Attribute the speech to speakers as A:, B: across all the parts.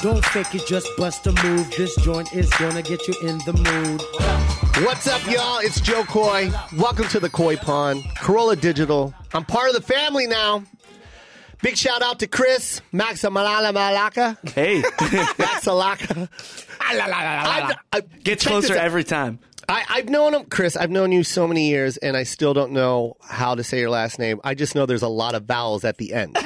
A: Don't fake it, just bust a move. This joint is gonna get you in the mood.
B: What's up, y'all? It's Joe Coy. Welcome to the Coy Pond, Corolla Digital. I'm part of the family now. Big shout out to Chris Maximalala Malaka.
C: Hey, Ah,
B: Maxalaka.
D: Ah.
B: I've- I-
C: get
B: check
C: closer
B: this out.
C: every time.
B: I, I've known him, Chris. I've known you so many years, and I still don't know how to say your last name. I just know there's a lot of vowels at the end.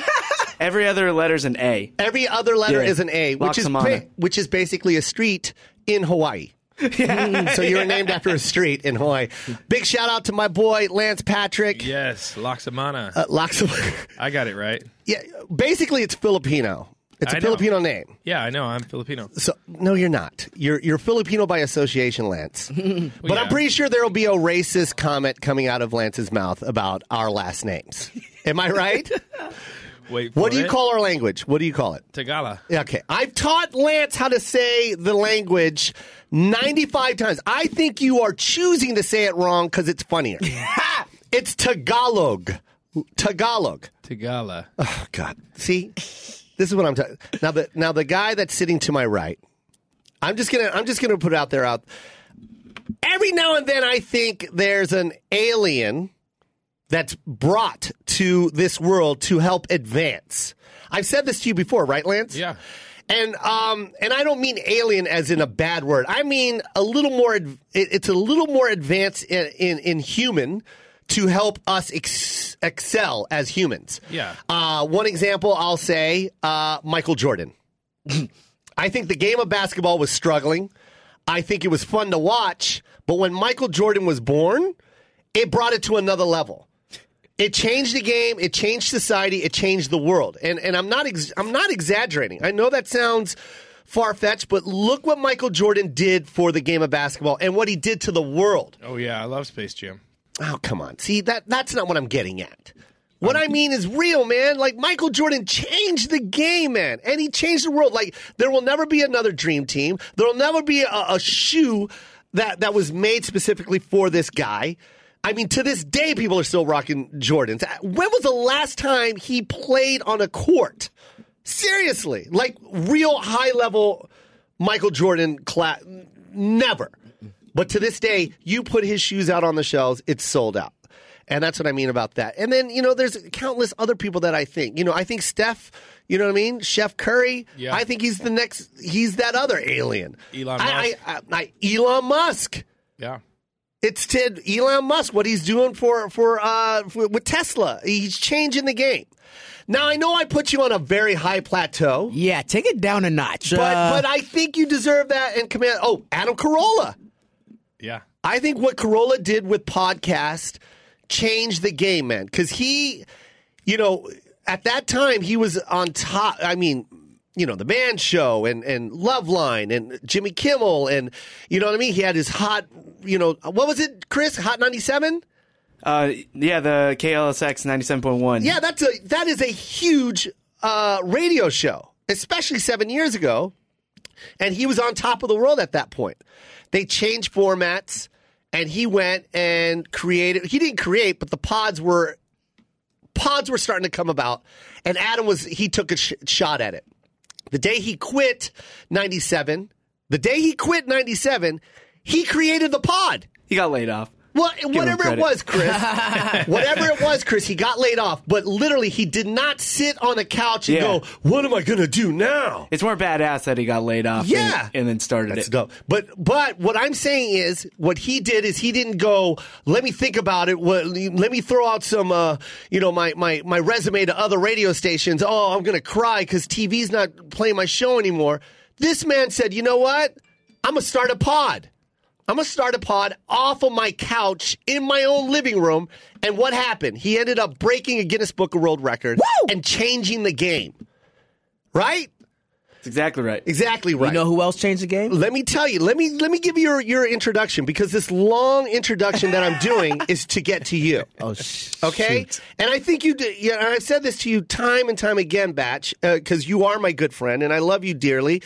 C: Every other letter's an A.
B: Every other letter
C: Yeah.
B: is an A, which is
C: Loxamana.
B: ba- which is basically a street in Hawaii. Mm, so you were named after a street in Hawaii. Big shout out to my boy Lance Patrick.
E: Yes, Loxamana.
B: Uh, Loxam-
E: I got it right.
B: Yeah, basically, it's Filipino. It's a
E: I know.
B: Filipino name.
E: Yeah, I know. I'm Filipino.
B: So no, you're not. You're you're Filipino by association, Lance. but I'm
E: yeah.
B: pretty sure there will be a racist comment coming out of Lance's mouth about our last names. Am I right?
E: Wait,
B: what
E: for
B: do you
E: it?
B: call our language? What do you call it?
E: Tagala?
B: Okay, I've taught Lance how to say the language 95 times. I think you are choosing to say it wrong because it's funnier. it's Tagalog. Tagalog.
E: Tagala.
B: Oh, God. See, this is what I'm talking. Now the now the guy that's sitting to my right, I'm just gonna I'm just gonna put it out there out. Every now and then, I think there's an alien that's brought to this world to help advance. I've said this to you before, right, Lance?
E: Yeah.
B: And um and I don't mean alien as in a bad word. I mean a little more. adv- It, it's a little more advanced in in, in human to help us ex- excel as humans.
E: Yeah.
B: Uh, one example I'll say uh, Michael Jordan. I think the game of basketball was struggling. I think it was fun to watch, but when Michael Jordan was born, it brought it to another level. It changed the game, it changed society, it changed the world. And and I'm not ex- I'm not exaggerating. I know that sounds far fetched, but look what Michael Jordan did for the game of basketball and what he did to the world.
E: Oh yeah, I love Space Jam.
B: Oh, come on. See, that that's not what I'm getting at. What I mean is real, man. Like Michael Jordan changed the game, man, and he changed the world. Like there will never be another dream team. There will never be a, a shoe that that was made specifically for this guy. I mean, to this day, people are still rocking Jordans. When was the last time he played on a court? Seriously, like real high level Michael Jordan class. Never. But to this day, you put his shoes out on the shelves, it's sold out. And that's what I mean about that. And then, you know, there's countless other people that I think. You know, I think Steph, you know what I mean? Chef Curry.
E: Yeah.
B: I think he's the next, he's that other alien.
E: Elon
B: I, I, I, I, Elon Musk.
E: Yeah.
B: It's Ted Elon Musk what he's doing for for uh for, with Tesla. He's changing the game. Now I know I put you on a very high plateau,
D: Yeah, take it down a notch.
B: but
D: Uh,
B: but I think you deserve that and command. Oh, Adam Carolla.
E: Yeah.
B: I think what Corolla did with podcast changed the game, man. Because he, you know, at that time he was on top. I mean, you know, the Man Show and and Loveline and Jimmy Kimmel and you know what I mean. He had his hot, you know, what was it, Chris? Hot ninety seven.
C: Uh, yeah, the KLSX 97.1.
B: Yeah, that's a that is a huge uh, radio show, especially seven years ago, and he was on top of the world at that point. They changed formats, and he went and created. He didn't create, but the pods were pods were starting to come about, and Adam was he took a sh- shot at it. The day he quit '97, the day he quit '97, he created the pod.
C: He got laid off.
B: Well,
C: him
B: whatever it
C: credit.
B: was, Chris. whatever it was, Chris, he got laid off, but literally he did not sit on a couch and
C: Yeah.
B: go, "What am I going to do now?"
C: It's more badass that he got laid off.
B: Yeah.
C: and, and then started
B: That's
C: it.
B: dope. But but what I'm saying is, what he did is he didn't go. Let me think about it. What, let me throw out some, uh, you know, my, my my resume to other radio stations. Oh, I'm gonna cry because TV's not playing my show anymore. This man said, you know what? I'm gonna start a pod. I'm gonna start a pod off of my couch in my own living room. And what happened? He ended up breaking a Guinness Book of World Record and changing the game. Right?
C: That's exactly right.
B: Exactly right
D: You know who else changed the game?
B: let me tell you. Let me let me give you your, your introduction because this long introduction that I'm doing is to get to you.
D: Oh, sh-
B: Okay,
D: shoot.
B: and I think you did. Yeah, and I've said this to you time and time again, Batch, because you are my good friend and I love you dearly.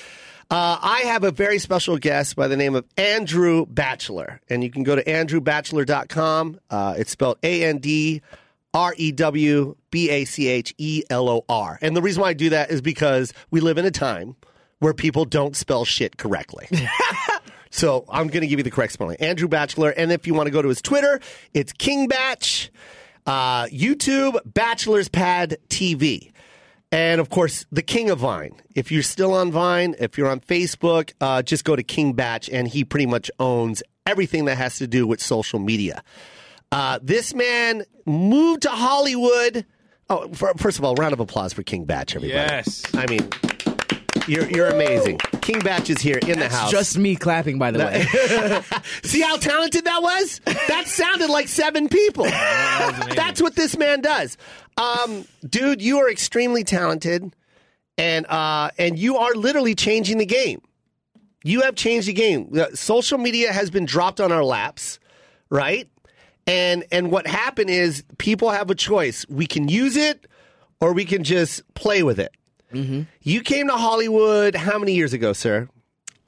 B: Uh, I have a very special guest by the name of Andrew Batchelor, and you can go to andrewbatchelor.com. Uh, it's spelled A N D R E W B A C H E L O R. And the reason why I do that is because we live in a time where people don't spell shit correctly. So I'm going to give you the correct spelling. Andrew Batchelor. And if you want to go to his Twitter, it's King Batch, uh, YouTube, Bachelor's Pad TV. And of course, the king of Vine. If you're still on Vine, if you're on Facebook, uh, just go to King Batch, and he pretty much owns everything that has to do with social media. Uh, this man moved to Hollywood. Oh, fir- first of all, round of applause for King Batch, everybody.
E: Yes.
B: I mean, you're, you're amazing. King Batch is here in the house.
D: Just me clapping, by the way.
B: See how talented that was? That sounded like seven people. That's what this man does. Um, dude, you are extremely talented, and uh, and you are literally changing the game. You have changed the game. The Social media has been dropped on our laps, right? And and what happened is people have a choice. We can use it, or we can just play with it. You came to Hollywood how many years ago, sir?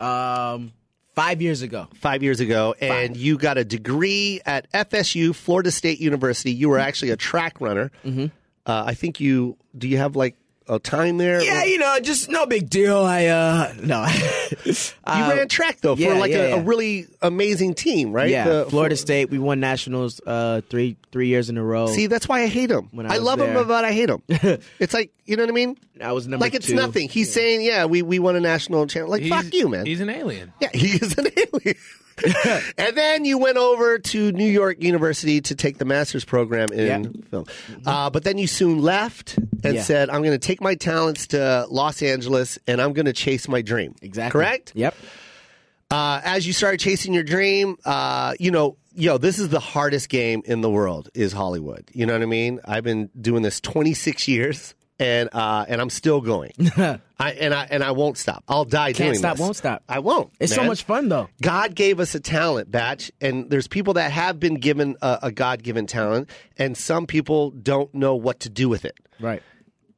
D: Um, five years ago.
B: five years ago, and you got a degree at FSU, Florida State University. You were actually a track runner. Mm-hmm. Uh, I think you do. You have like a time there?
D: Yeah,
B: Or-
D: you know, just no big deal. I uh, no.
B: you ran track though for
D: yeah,
B: like
D: yeah,
B: a, a
D: yeah.
B: really amazing team, right?
D: yeah,
B: The-
D: Florida State. We won nationals uh three three years in a row.
B: See, that's why I hate him.
D: When I
B: I,
D: was
B: love
D: there.
B: him, but I hate him. it's like you know what I mean.
D: I was number
B: Like it's
D: two.
B: nothing. He's saying, "Yeah, we, we won a national champ." Like fuck
E: He's-
B: you, man.
E: He's an alien.
B: Yeah, he is an alien. and then you went over to New York University to take the master's program in film. Uh, but then you soon left and
D: Yeah.
B: said, I'm going to take my talents to Los Angeles and I'm going to chase my dream.
D: Exactly.
B: Correct?
D: Yep.
B: Uh, as you started chasing your dream, uh, you know, yo, this is the hardest game in the world is Hollywood. You know what I mean? I've been doing this 26 years. And uh, and I'm still going, I, and I and I won't stop. I'll die
D: Can't
B: doing
D: stop,
B: this.
D: won't stop.
B: I won't.
D: It's so
B: man.
D: much fun though.
B: God gave us a talent, Batch, and there's people that have been given a, a God given talent, and some people don't know what to do with it.
D: Right.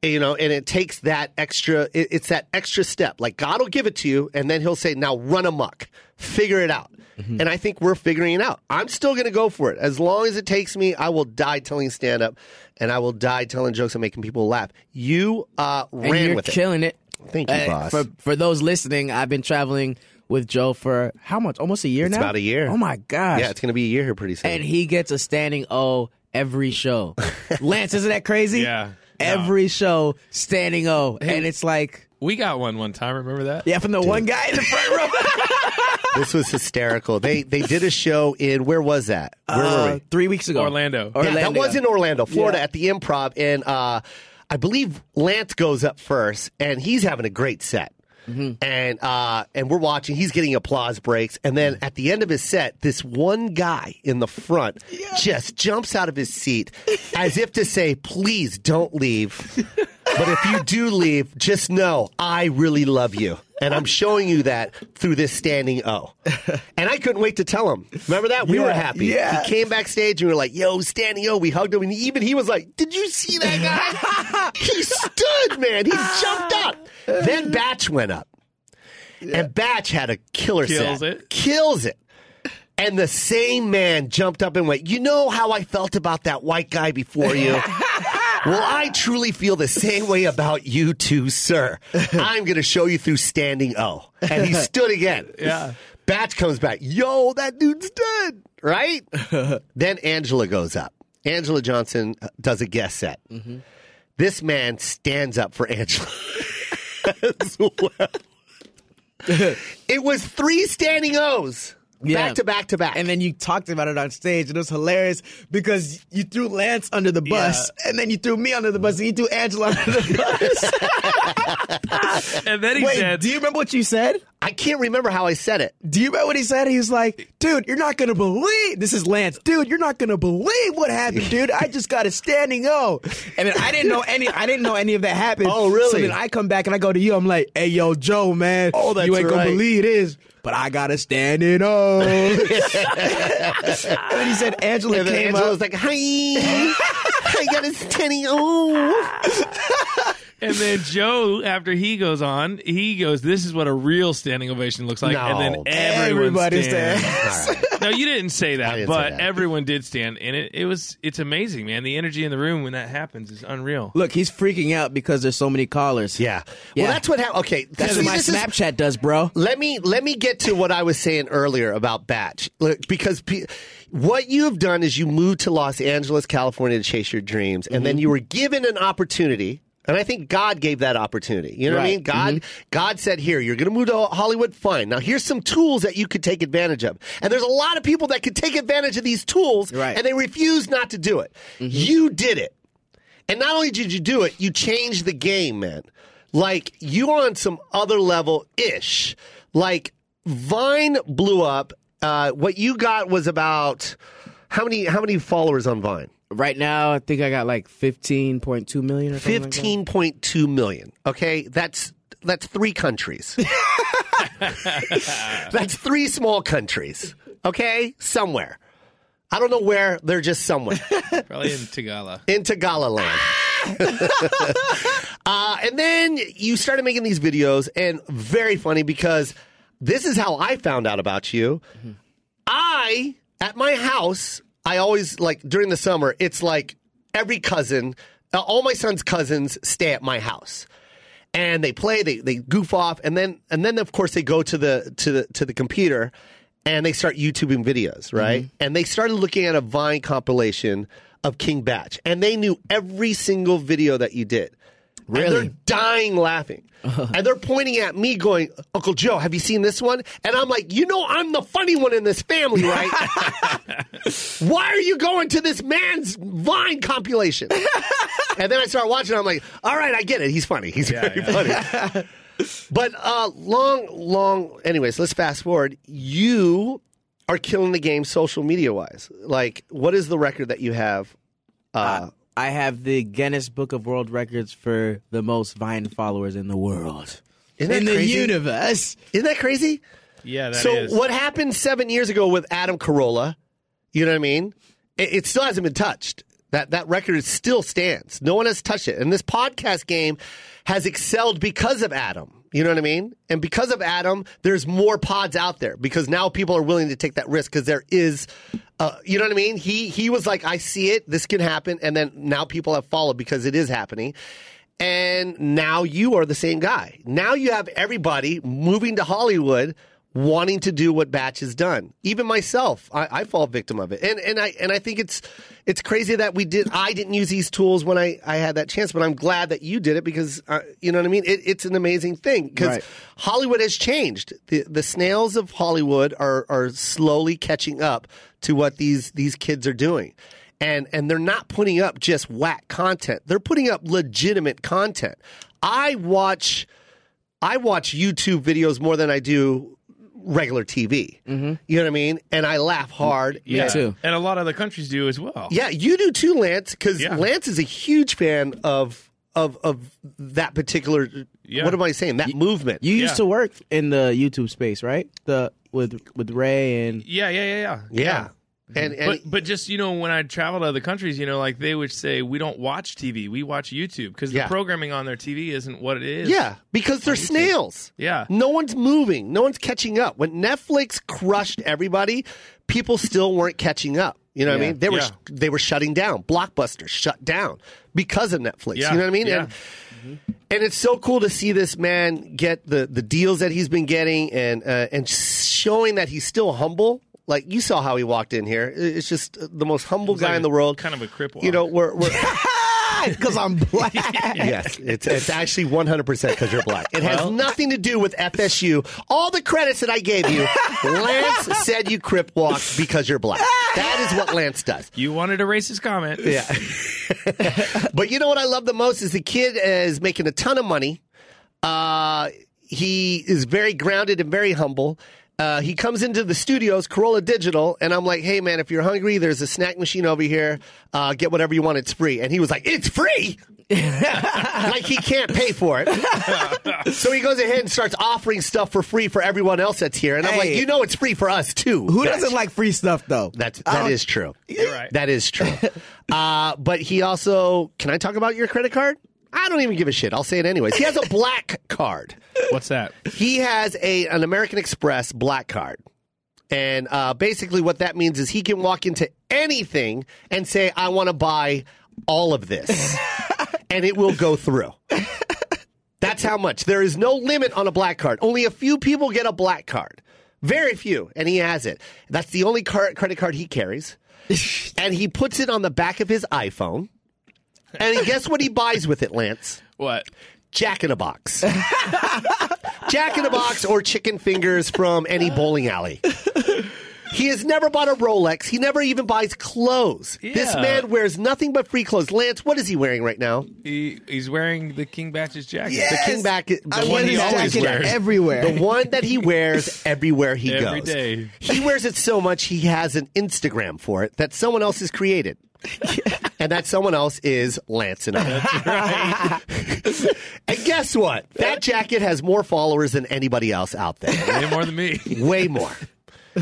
B: You know, and it takes that extra, it, it's that extra step. Like, God will give it to you, and then He'll say, now run amok, figure it out.
D: Mm-hmm.
B: And I think we're figuring it out. I'm still going to go for it. As long as it takes me, I will die telling stand up, and I will die telling jokes and making people laugh. You uh,
D: And
B: ran
D: you're
B: with it.
D: killing it.
B: Thank you,
D: Uh,
B: boss.
D: For for those listening, I've been traveling with Joe for how much? Almost a year
B: It's
D: now.
B: about a year.
D: Oh my gosh.
B: Yeah, it's going to be a year here pretty soon.
D: and he gets a standing O every show. Lance, isn't that crazy?
E: Yeah.
D: Every show, standing O, and it's like,
E: We got one one time. Remember that?
D: yeah, from the one guy in the front row.
B: This was hysterical. They they did a show in where was that? Where were
D: Uh,
B: we?
D: three weeks ago,
E: Orlando.
D: Orlando.
B: Yeah, that was in Orlando, Florida,
D: Yeah.
B: at the Improv, and uh, I believe Lance goes up first, and he's having a great set.
D: Mm-hmm.
B: And uh, and we're watching. He's getting applause breaks, and then
D: Mm-hmm.
B: at the end of his set, this one guy in the front just jumps out of his seat as if to say, "Please don't leave." But if you do leave, just know I really love you. And I'm showing you that through this standing O. And I couldn't wait to tell him. Remember that? We were
D: Yeah,
B: happy.
D: yeah.
B: He came backstage and we were like, yo, standing O. We hugged him. And even he was like, did you see that guy? he stood, man. He jumped up. Then Batch went up. And Batch had a killer
E: Kills
B: set.
E: it.
B: Kills it. And the same man jumped up and went, You know how I felt about that white guy before you? well, I truly feel the same way about you too, sir. I'm going to show you through standing O. And he stood again.
E: Yeah.
B: Batch comes back. Yo, that dude's dead, right? then Angela goes up. Angela Johnson uh, does a guest set.
D: Mm-hmm.
B: This man stands up for Angela as well. it was three standing O's
D: Yeah.
B: back to back to back.
D: And then you talked about it on stage, and it was hilarious because you threw Lance under the bus, and then you threw me under the bus, and you threw Angela under the bus.
E: And then he
D: Wait,
E: said,
D: do you remember what you said?
B: I can't remember how I said it.
D: Do you remember what he said? He was like, dude, you're not going to believe. This is Lance. Dude, you're not going to believe what happened, dude. I just got a standing O. And then I didn't know any, I didn't know any of that happened.
B: Oh, really?
D: So then I come back and I go to you. I'm like, hey, yo, Joe, man.
B: Oh, that's
D: You ain't
B: right.
D: to believe this, but I got a standing O. and then he said, Angela
B: And then
D: came
B: Angela
D: up.
B: was like, hi. I got his standing O.
E: and then Joe, after he goes on, he goes, "This is what a real standing ovation looks like." and
B: No.
E: then everyone
D: Everybody
E: stands. no, you didn't say that,
B: didn't say
E: but
B: that.
E: everyone did stand, and it, it was it's amazing, man. The energy in the room when that happens is unreal.
D: Look, he's freaking out because there's so many callers.
B: Yeah.
D: Yeah.
B: Well, that's what happened. Okay.
D: That's
B: see,
D: what my
B: this is-
D: Snapchat does, bro.
B: let me let me get to what I was saying earlier about Batch, Look, because pe- what you have done is you moved to Los Angeles, California, to chase your dreams, and then you were given an opportunity. And I think God gave that opportunity. You know what I
D: Right.
B: mean? God, God said, "Here, you're going to move to Hollywood. Fine. Now, here's some tools that you could take advantage of." And there's a lot of people that could take advantage of these tools,
D: Right. Mm-hmm.
B: and they refuse not to do it. You did it. And not only did you do it, you changed the game, man. Like you are on some other level ish. Like Vine blew up. Uh, what you got was about how many how many followers on Vine?
D: Right now, I think I got like 15.2 million or something. like that.
B: Fifteen point two million. Okay, that's that's three countries. that's three small countries. Okay, somewhere. I don't know where. They're just somewhere.
E: Probably in Tagala.
B: into Galaland. uh, and then you started making these videos, and very funny because this is how I found out about you. I at my house, I always like during the summer. It's like every cousin, uh, all my son's cousins stay at my house, and they play, they they goof off, and then and then of course they go to the to the to the computer, and they start YouTubing videos, right? And they started looking at a Vine compilation of King Batch, and they knew every single video that you did. And
D: Really?
B: they're dying laughing. and they're pointing at me going, Uncle Joe, have you seen this one? And I'm like, you know, I'm the funny one in this family, right? Why are you going to this man's Vine compilation? and then I start watching, I'm like, all right, I get it. He's funny. He's very funny. but uh, long, long, anyways, let's fast forward. You are killing the game social media wise. Like, what is the record that you have? uh,
D: Uh, I have the Guinness Book of World Records for the most Vine followers in the world.
B: Isn't that
D: in
B: crazy?
D: the universe.
B: Isn't that crazy?
E: Yeah, that is.
B: so what happened seven years ago with Adam Carolla? You know what I mean? It, it still hasn't been touched. That that record still stands. No one has touched it. And this podcast game has excelled because of Adam. You know what I mean? And because of Adam, there's more pods out there because now people are willing to take that risk because there is, uh, you know what I mean? He he was like, I see it. This can happen. And then now people have followed because it is happening. And now you are the same guy. Now you have everybody moving to Hollywood wanting to do what Batch has done. Even myself, I, I fall victim of it. And and I and I think it's it's crazy that we did I didn't use these tools when I, I had that chance, but I'm glad that you did it because uh, you know what I mean? It, it's an amazing thing because
D: Right.
B: Hollywood has changed. The the snails of Hollywood are are slowly catching up to what these these kids are doing and and they're not putting up just whack content. They're putting up legitimate content. I watch I watch YouTube videos more than I do regular TV. You know what I mean? And I laugh hard.
E: Mm-hmm. yeah,
D: too.
E: and a lot of the countries do as well.
B: Yeah, you do too, Lance, because
E: Yeah.
B: Lance is a huge fan of of of that particular.
E: Yeah.
B: What am I saying? That movement.
D: You used
E: Yeah.
D: to work in the YouTube space, right? The with with Ray and
E: yeah, yeah, yeah, yeah.
B: yeah. And, and
E: but but just you know when I travel to other countries, you know, like they would say we don't watch TV, we watch YouTube because
B: Yeah.
E: the programming on their TV isn't what it is.
B: Yeah, because they're snails.
E: Yeah.
B: No one's moving. No one's catching up. When Netflix crushed everybody, people still weren't catching up. You know what I mean? They were
E: Yeah.
B: they were shutting down. Blockbuster shut down because of Netflix.
E: Yeah.
B: You know what I mean?
E: Yeah.
B: And And it's so cool to see this man get the, the deals that he's been getting and uh, and showing that he's still humble. Like you saw how he walked in here. It- It's just uh, the most humble guy
E: like
B: in the
E: a-
B: world.
E: kind of a crip
B: You know,
E: walk.
B: we're, we're
D: Because I'm black.
B: yes, it's, it's actually 100% because you're black. It has
E: Well-
B: nothing to do with FSU. All the credits that I gave you, Lance said you crip walked because you're black. That is what Lance does.
E: You wanted a racist comment. Yeah.
B: But you know what I love the most is the kid is making a ton of money. Uh, he is very grounded and very humble. Uh, he comes into the studios, Corolla Digital, and I'm like, "Hey man, if you're hungry, there's a snack machine over here. Uh, get whatever you want. It's free." And he was like, "It's free!" like he can't pay for it. so he goes ahead and starts offering stuff for free for everyone else that's here. And I'm like,
D: Hey.
B: "You know, it's free for us too."
D: Who doesn't like free stuff though?
B: That's
D: I
B: that
D: don't-
B: is true.
E: You're right.
B: That is true. uh, but he also can I talk about your credit card? I don't even give a shit. I'll say it anyways. He has a black card.
E: What's that?
B: He has a an American Express black card. And uh, basically, what that means is he can walk into anything and say, "I want to buy all of this," and it will go through. That's how much. There is no limit on a black card. Only a few people get a black card. Very few, and he has it. That's the only car- credit card he carries, and he puts it on the back of his iPhone. And guess what he buys with it, Lance?
E: What?
B: Jack in a box. Jack in a box or chicken fingers from any bowling alley. He has never bought a Rolex. He never even buys clothes. This
E: Yeah.
B: man wears nothing but free clothes. Lance, what is he wearing right now?
E: He, he's wearing the King Batches jacket.
D: Yes.
B: The king back, the
D: I
B: one
D: want
E: he
D: his
E: always
D: jacket
E: wears.
D: everywhere.
B: the one that he wears everywhere he
E: Every
B: goes.
E: day.
B: He wears it so much he has an Instagram for it that someone else has created. and that someone else is Lance and I. and guess what? That jacket has more followers than anybody else out there.
E: Way more than me.
B: Way more.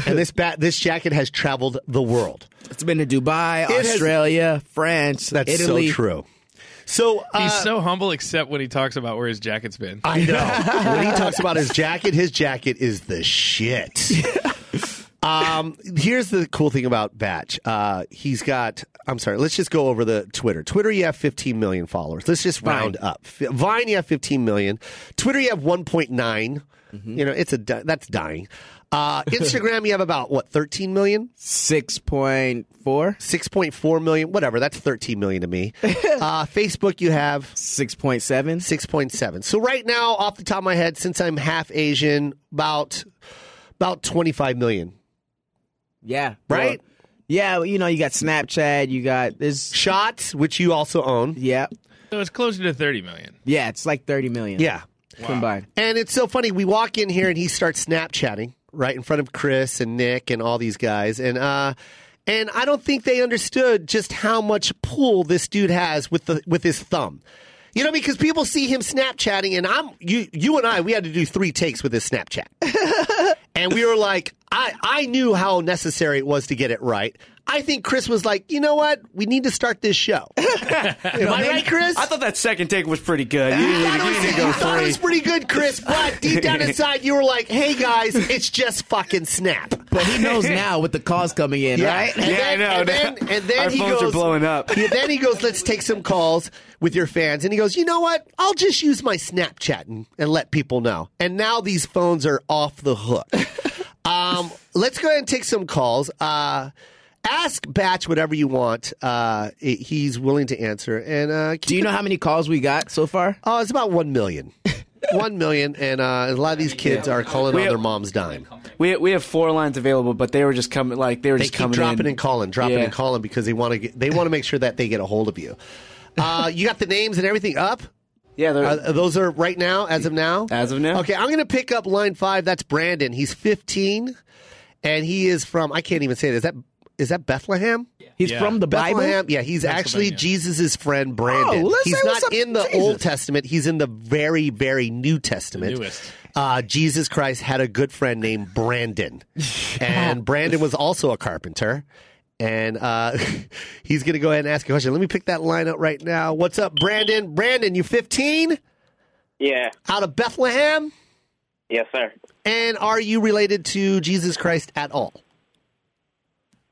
B: And this ba- this jacket has traveled the world.
D: It's been to Dubai,
B: It has-
D: Australia, France,
B: That's
D: Italy.
B: so true. So uh,
E: He's so humble, except when he talks about where his jacket's been.
B: I know. when he talks about his jacket, his jacket is the shit. um, here's the cool thing about Batch. Uh, he's got. I'm sorry. Let's just go over the Twitter. Twitter, you have 15 million followers. Let's just round up. F- Vine, you have 15 million. Twitter, you have 1.9. You know, it's a di- that's dying. Uh, Instagram, you have about what 13 million.
D: Six point four.
B: 6.4 million, whatever. That's 13 million to me. Uh, Facebook, you have
D: Six point seven.
B: 6.7. So right now, off the top of my head, since I'm half Asian, about about 25 million.
D: Yeah.
B: Right?
D: Well, yeah, well, you know, you got Snapchat, you got this
B: Shots, which you also own.
D: yeah.
E: So it's closer to 30 million.
D: Yeah, it's like 30 million.
B: Yeah.
D: Combined.
B: And it's so funny. We walk in here and he starts Snapchatting right in front of Chris and Nick and all these guys. And uh and I don't think they understood just how much pull this dude has with the with his thumb. You know, because people see him Snapchatting and I'm you you and I, we had to do three takes with this Snapchat. and we were like, I, I knew how necessary it was to get it right. I think Chris was like, you know what? We need to start this show. Am I right, Chris?
C: I thought that second take was pretty good. You didn't
B: thought it
C: need to-
B: was-
C: you
B: you
C: didn't go
B: thought it
C: three.
B: was pretty good, Chris, but deep down inside, you were like, "Hey guys, it's just fucking snap."
D: But he knows now with the calls coming in, right?
B: And
C: Yeah, I
B: then,
C: know.
B: And then, and then
C: Our
B: he
C: phones are
B: goes,
C: blowing up.
B: Yeah, then he goes, "Let's take some calls with your fans." And he goes, "You know what? I'll just use my Snapchat and, and let people know." And now these phones are off the hook. um, let's go ahead and take some calls. Uh, ask Batch whatever you want. Uh, it- he's willing to answer. And uh,
D: Do you know how many calls we got so far?
B: Oh, it's about one million. one million, and uh, a lot of these kids are calling on their mom's dime.
C: We we have four lines available, but they were just coming like they were
B: They
C: just
B: keep
C: coming
B: dropping
C: in.
B: and calling, dropping
C: Yeah.
B: and calling because they want to. Get, they want to make sure that they get a hold of you. Uh, you got the names and everything up.
C: Yeah, they're,
B: Uh, those are right now, as of now.
C: As of now.
B: Okay, I'm going to pick up line five. That's Brandon. He's 15, and he is from. I can't even say it. Is that is that Bethlehem?
D: He's
E: Yeah.
D: from the Bible.
B: Bethlehem. Yeah, he's actually Jesus' friend Brandon.
D: Oh, let's
B: he's
D: say
B: not
D: what's up
B: in the
D: to Jesus.
B: Old Testament. He's in the very, very New Testament.
E: The newest.
B: Uh, Jesus Christ had a good friend named Brandon, and Brandon was also a carpenter. And uh, he's going to go ahead and ask a question. Let me pick that line up right now. What's up, Brandon? Brandon, you 15
F: Yeah.
B: out of Bethlehem,
F: Yes, sir.
B: and are you related to Jesus Christ at all?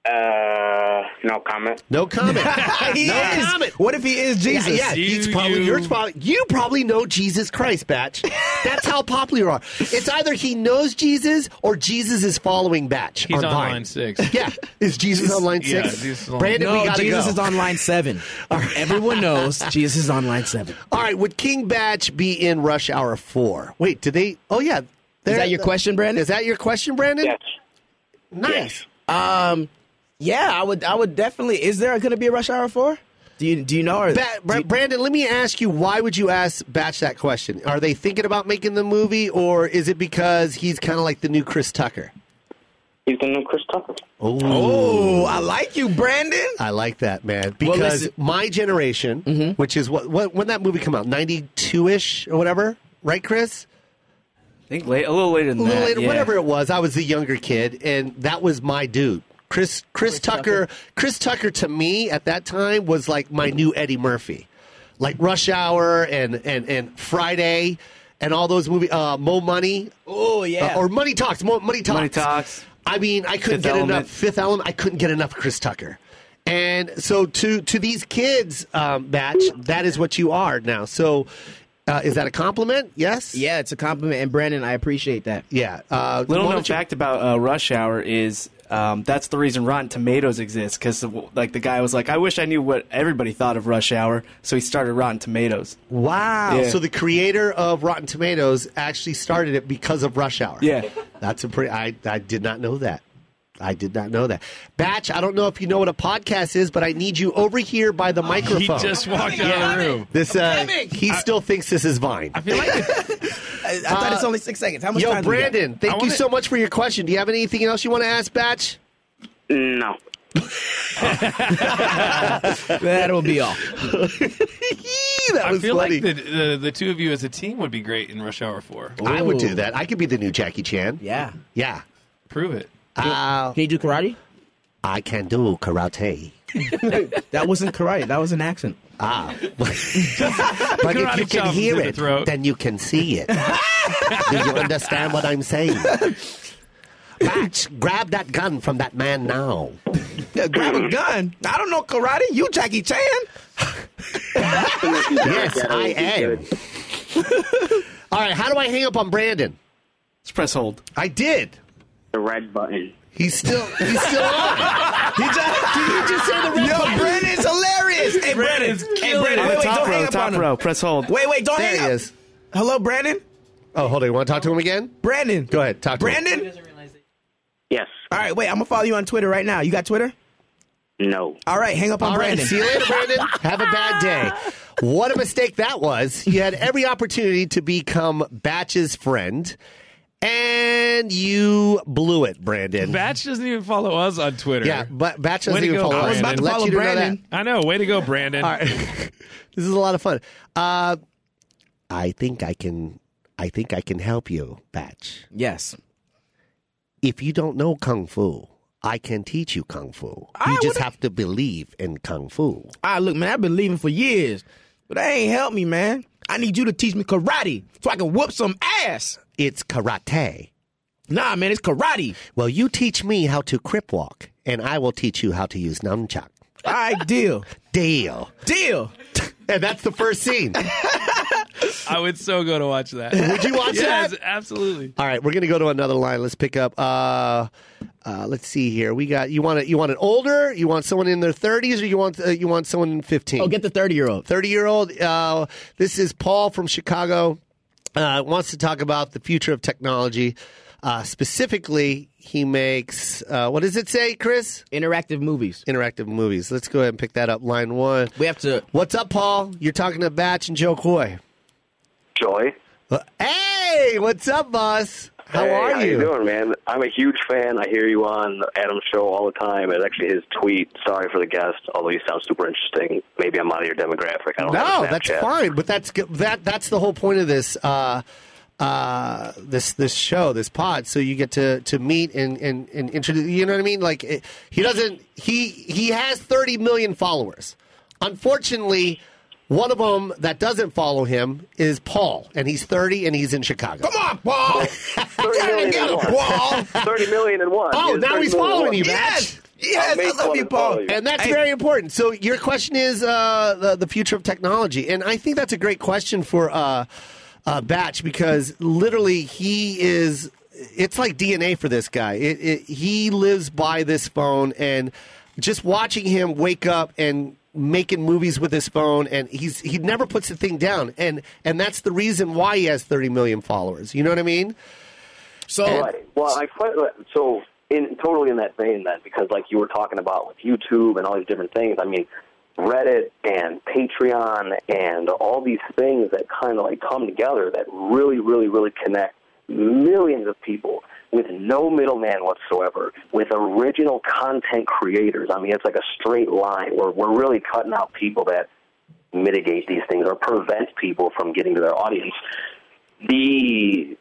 F: Uh, no comment.
B: No comment.
D: He
B: no
D: is.
B: comment.
D: What if he is Jesus?
B: Yeah, yeah, he's
E: Do
B: probably
E: you-
B: you. are probably you probably know Jesus Christ, Batch. That's how popular you are. It's either he knows Jesus or Jesus is following Batch.
E: He's on
B: Vine.
E: line six.
B: Yeah, is Jesus on line
E: yeah,
B: six?
E: Jesus is on-
B: Brandon,
D: No,
B: we gotta
D: Jesus
B: go.
D: is on line seven. Everyone knows Jesus is on line seven.
B: All right, would King Batch be in Rush Hour Four? Wait, did they? Oh yeah,
D: Is
B: There-
D: that your question, Brandon?
B: Is that your question, Brandon?
F: Yes.
B: Nice.
D: yeah, I would. I would definitely. Is there going to be a rush hour four? Do you do you know? Or,
B: Ba- Bra- Brandon, let me ask you: Why would you ask Batch that question? Are they thinking about making the movie, or is it because he's kind of like the new Chris Tucker?
F: He's the new Chris Tucker.
D: oh, I like you, Brandon.
B: I like that, man.
D: Well,
B: Because
D: listen- Mm-hmm.
B: my generation, which is what, what when that movie come out, ninety two ish or whatever, right, Chris?
C: I think late, a little later than
B: A little
C: that.
B: later,
C: yeah.
B: whatever it was. I was the younger kid, and that was my dude. Chris Chris, Tucker, Chris Tucker to me at that time was like my new Eddie Murphy, like Rush Hour and and and Friday, and all those movies. Uh, Mo Money
D: Oh yeah.
B: uh, or Money Talks. Mo, Money Talks.
C: Money Talks.
B: I mean, I couldn't
C: Fifth
B: get
C: Element.
B: enough Fifth Element. I couldn't get enough Chris Tucker. And so to to these kids, um, Batch, that is what you are now. So uh, is that a compliment? Yes.
D: yeah, it's a compliment, and Brandon, I appreciate that.
B: Yeah. Uh,
C: Little
B: why
C: known
B: don't you-
C: fact about uh, Rush Hour is um, that's the reason Rotten Tomatoes exists because like the guy was like, I wish I knew what everybody thought of Rush Hour, so he started Rotten Tomatoes.
B: Wow.
C: Yeah.
B: So the creator of Rotten Tomatoes actually started it because of Rush Hour.
C: Yeah.
B: That's a pretty. I I did not know that. I did not know that. Batch, I don't know if you know what a podcast is, but I need you over here by the microphone.
E: He just walked out of the room.
B: this uh, he still thinks this is Vine.
E: I feel like
D: I, I thought it's only six seconds. How much
B: Yo,
D: time? do we got?
B: Brandon,
E: I
B: thank you
E: wanna-
B: so much for your question. Do you have anything else you want to ask, Batch?
F: No.
D: that'll be all.
B: that
E: I
B: was
E: feel
B: funny.
E: like the, the the two of you as a team would be great in Rush Hour Four.
B: I would do that. I could be the new Jackie Chan.
D: Yeah.
B: Yeah.
E: Prove it.
B: Uh,
D: Can you do karate?
B: I can do karate.
D: That wasn't karate. That was an accent.
B: Ah. but if you
E: Karate chop
B: can hear
E: to the
B: it,
E: throat.
B: then you can see it. do you understand what I'm saying? Batch, grab that gun from that man now.
D: Yeah, grab a gun. I don't know karate. You Jackie Chan.
B: Yes, I am. All right, how do I hang up on Brandon?
C: Let's press hold.
B: I did.
F: The red button.
B: He's still he's still on. He just, did he just say the red
D: Yo,
B: button?
D: Brandon's hilarious. Hey, Brandon.
E: Brandon's
D: Hey,
E: killing
D: Brandon.
C: On
D: Wait,
C: the
D: wait,
C: top
D: don't
C: row,
D: hang up
C: top
D: on him.
C: row. Press hold.
D: Wait, wait, don't
B: There
D: hang
B: he
D: up.
B: is.
D: Hello, Brandon.
B: Oh, hold on. You want to talk to him again?
D: Brandon.
B: Go ahead. Talk to him.
D: Brandon.
F: Yes.
D: All right, wait. I'm gonna follow you on Twitter right now. You got Twitter?
F: No.
D: All right, hang up on
B: All right,
D: Brandon.
B: See you later, Brandon. Have a bad day. What a mistake that was. You had every opportunity to become Batch's friend, and you blew it, Brandon.
E: Batch doesn't even follow us on Twitter.
B: yeah, but Batch doesn't
E: Way to
B: even
E: go,
B: follow
E: I was
B: us.
E: about to
B: Let
D: follow
B: you know that.
D: Brandon.
E: I know. Way to go, Brandon.
B: All right. this is a lot of fun. Uh, I think I can. I think I can help you, Batch.
D: Yes.
B: if you don't know kung fu, I can teach you kung fu. You just have to believe in kung fu.
D: All right, Ah, look, man. I've been leaving for years, but that ain't helped me, man. I need you to teach me karate so I can whoop some ass.
B: It's karate.
D: Nah, man, it's karate.
B: Well, you teach me how to crip walk, and I will teach you how to use nunchuck.
D: All right, deal,
B: Deal.
D: deal.
B: And that's the first scene.
E: I would so go to watch that.
B: Would you watch
E: yes,
B: that?
E: absolutely.
B: All right, we're gonna go to another line. Let's pick up. Uh, uh, let's see here. We got you want it. You want an older? You want someone in their thirties, or you want uh, you want someone fifteen?
D: Oh, get the thirty-year-old.
B: 30 year old. Uh, this is Paul from Chicago. Uh, wants to talk about the future of technology. Uh, specifically, he makes, uh, what does it say, Chris?
D: Interactive movies.
B: Interactive movies. Let's go ahead and pick that up. Line one.
D: We have to.
B: What's up, Paul? You're talking to Batch and Joe Coy.
F: Joy.
B: Uh, Hey, what's up, boss? How
F: Hey,
B: are
F: how
B: you?
F: you doing, man? I'm a huge fan. I hear you on Adam's show all the time. It's actually his tweet. Sorry for the guest, although you sound super interesting. Maybe I'm out of your demographic. I don't have
B: No,
F: a
B: that's
F: Snapchat.
B: fine, but that's good. that that's the whole point of this uh, uh, this this show, this pod. So you get to to meet and and, and introduce. You know what I mean? Like it, he doesn't he he has thirty million followers. Unfortunately, one of them that doesn't follow him is Paul, and he's thirty and he's in Chicago.
D: Come on, Paul.
F: 30 million in one.
D: Paul.
F: 30 million in one.
B: Oh,
F: It's
B: now
F: 30
B: he's
F: million in
B: following
F: one.
B: you,
D: Yes.
B: Batch.
D: Yes, I
F: make
D: love
F: one
D: you,
F: and
D: Paul.
F: follow you.
B: And that's
D: Hey.
B: very important. So your question is uh, the, the future of technology, and I think that's a great question for uh, uh, Batch because literally he is. It's like DNA for this guy. It, it, he lives by this phone, and just watching him wake up and making movies with his phone, and he's he never puts the thing down, and and that's the reason why he has thirty million followers. You know what I mean? So
F: Right. Well, I quite so in totally in that vein then, because like you were talking about with YouTube and all these different things. I mean, Reddit and Patreon and all these things that kind of like come together that really, really, really connect millions of people with no middleman whatsoever, with original content creators. I mean, it's like a straight line where we're really cutting out people that mitigate these things or prevent people from getting to their audience. The,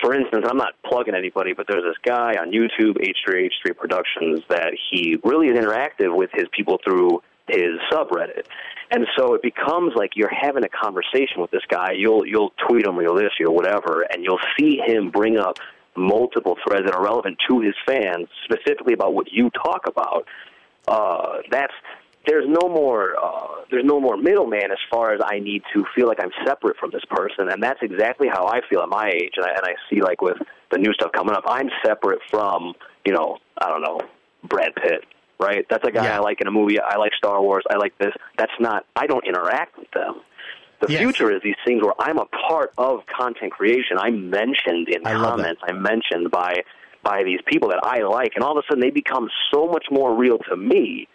F: for instance, I'm not plugging anybody, but there's this guy on YouTube, H3H3 Productions, that he really is interactive with his people through his subreddit, and so it becomes like you're having a conversation with this guy. You'll you'll tweet him or you'll this or whatever, and you'll see him bring up multiple threads that are relevant to his fans, specifically about what you talk about uh, that's there's no more uh, there's no more middleman as far as I need to feel like I'm separate from this person, and that's exactly how I feel at my age, and I, and I see like with the new stuff coming up, I'm separate from you know I don't know Brad Pitt, right? That's a guy I like in a movie. I like Star Wars. I like this. That's not I don't interact with them. The
B: Yes.
F: future is these things where I'm a part of content creation. I'm mentioned in
B: I love that.
F: comments. I'm mentioned by by these people that I like, and all of a sudden they become so much more real to me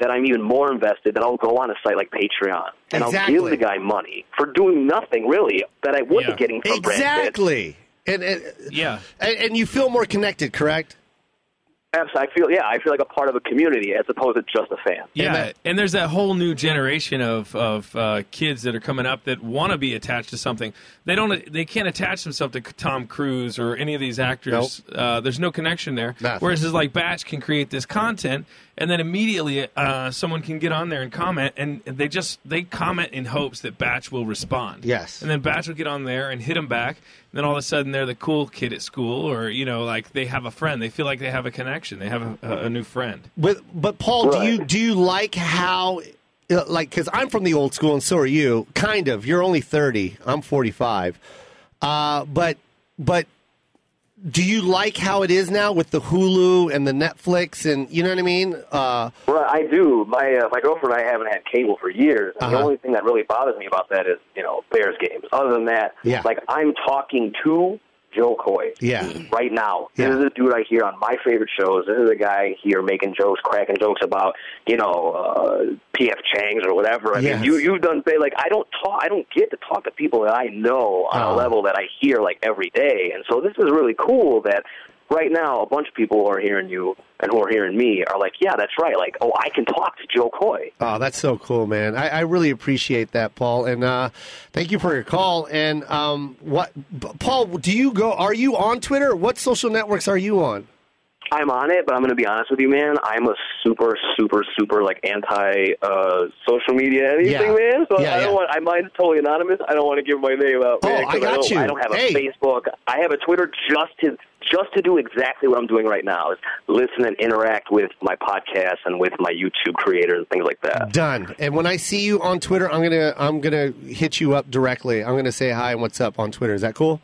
F: that I'm even more invested. That I'll go on a site like Patreon and
B: Exactly.
F: I'll give the guy money for doing nothing really that I wasn't
E: Yeah.
F: getting from Brad Pitt.
B: exactly, and, and
E: Yeah.
B: and and you feel more connected, correct?
F: Absolutely, I feel yeah, I feel like a part of a community as opposed to just a fan.
E: Yeah, and, there's that whole new generation of of uh, kids that are coming up that want to be attached to something. They don't. They can't attach themselves to Tom Cruise or any of these actors. Uh, there's no connection there.
B: Nothing.
E: Whereas, it's like Batch can create this content, and then immediately uh, someone can get on there and comment, and they just they comment in hopes that Batch will respond.
B: Yes.
E: and then Batch will get on there and hit him back. And then all of a sudden, they're the cool kid at school, or you know, like they have a friend. They feel like they have a connection. They have a, a, a new friend.
B: But but Paul, do
F: Right.
B: you do you like how uh, like because I'm from the old school and so are you. Kind of. You're only thirty. I'm forty five. Uh, but but do you like how it is now with the Hulu and the Netflix and you know what I mean? Uh,
F: Well, I do. My uh, my girlfriend and I haven't had cable for years. And The
B: Uh-huh.
F: only thing that really bothers me about that is you know Bears games. Other than that,
B: Yeah.
F: like I'm talking to Joe Coy.
B: Yeah.
F: Right now,
B: Yeah.
F: this is a dude I hear on my favorite shows. This is a guy here making jokes, cracking jokes about you know uh, P.F. Chang's or whatever. I
B: Yes.
F: mean, you you've done things like I don't talk. I don't get to talk to people that I know on
B: Oh.
F: a level that I hear like every day. And so this is really cool that right now a bunch of people who are hearing you and who are hearing me are like, yeah, that's right. Like, oh, I can talk to Joe Coy.
B: oh, that's so cool, man. I, I really appreciate that, Paul. And uh, thank you for your call. And um, what B- Paul, do you go are you on Twitter? What social networks are you on?
F: I'm on it, but I'm going to be honest with you, man. I'm a super, super, super like anti uh, social media anything,
B: Yeah.
F: man. So
B: Yeah,
F: I don't
B: yeah.
F: want. I mine's totally anonymous. I don't want to give my name out.
B: Oh,
F: man, 'cause
B: I got
F: don't,
B: you.
F: I don't have a
B: Hey.
F: Facebook. I have a Twitter just to just to do exactly what I'm doing right now is listen and interact with my podcast and with my YouTube creators and things like that.
B: Done. And when I see you on Twitter, I'm gonna I'm gonna hit you up directly. I'm gonna say hi and what's up on Twitter. Is that cool?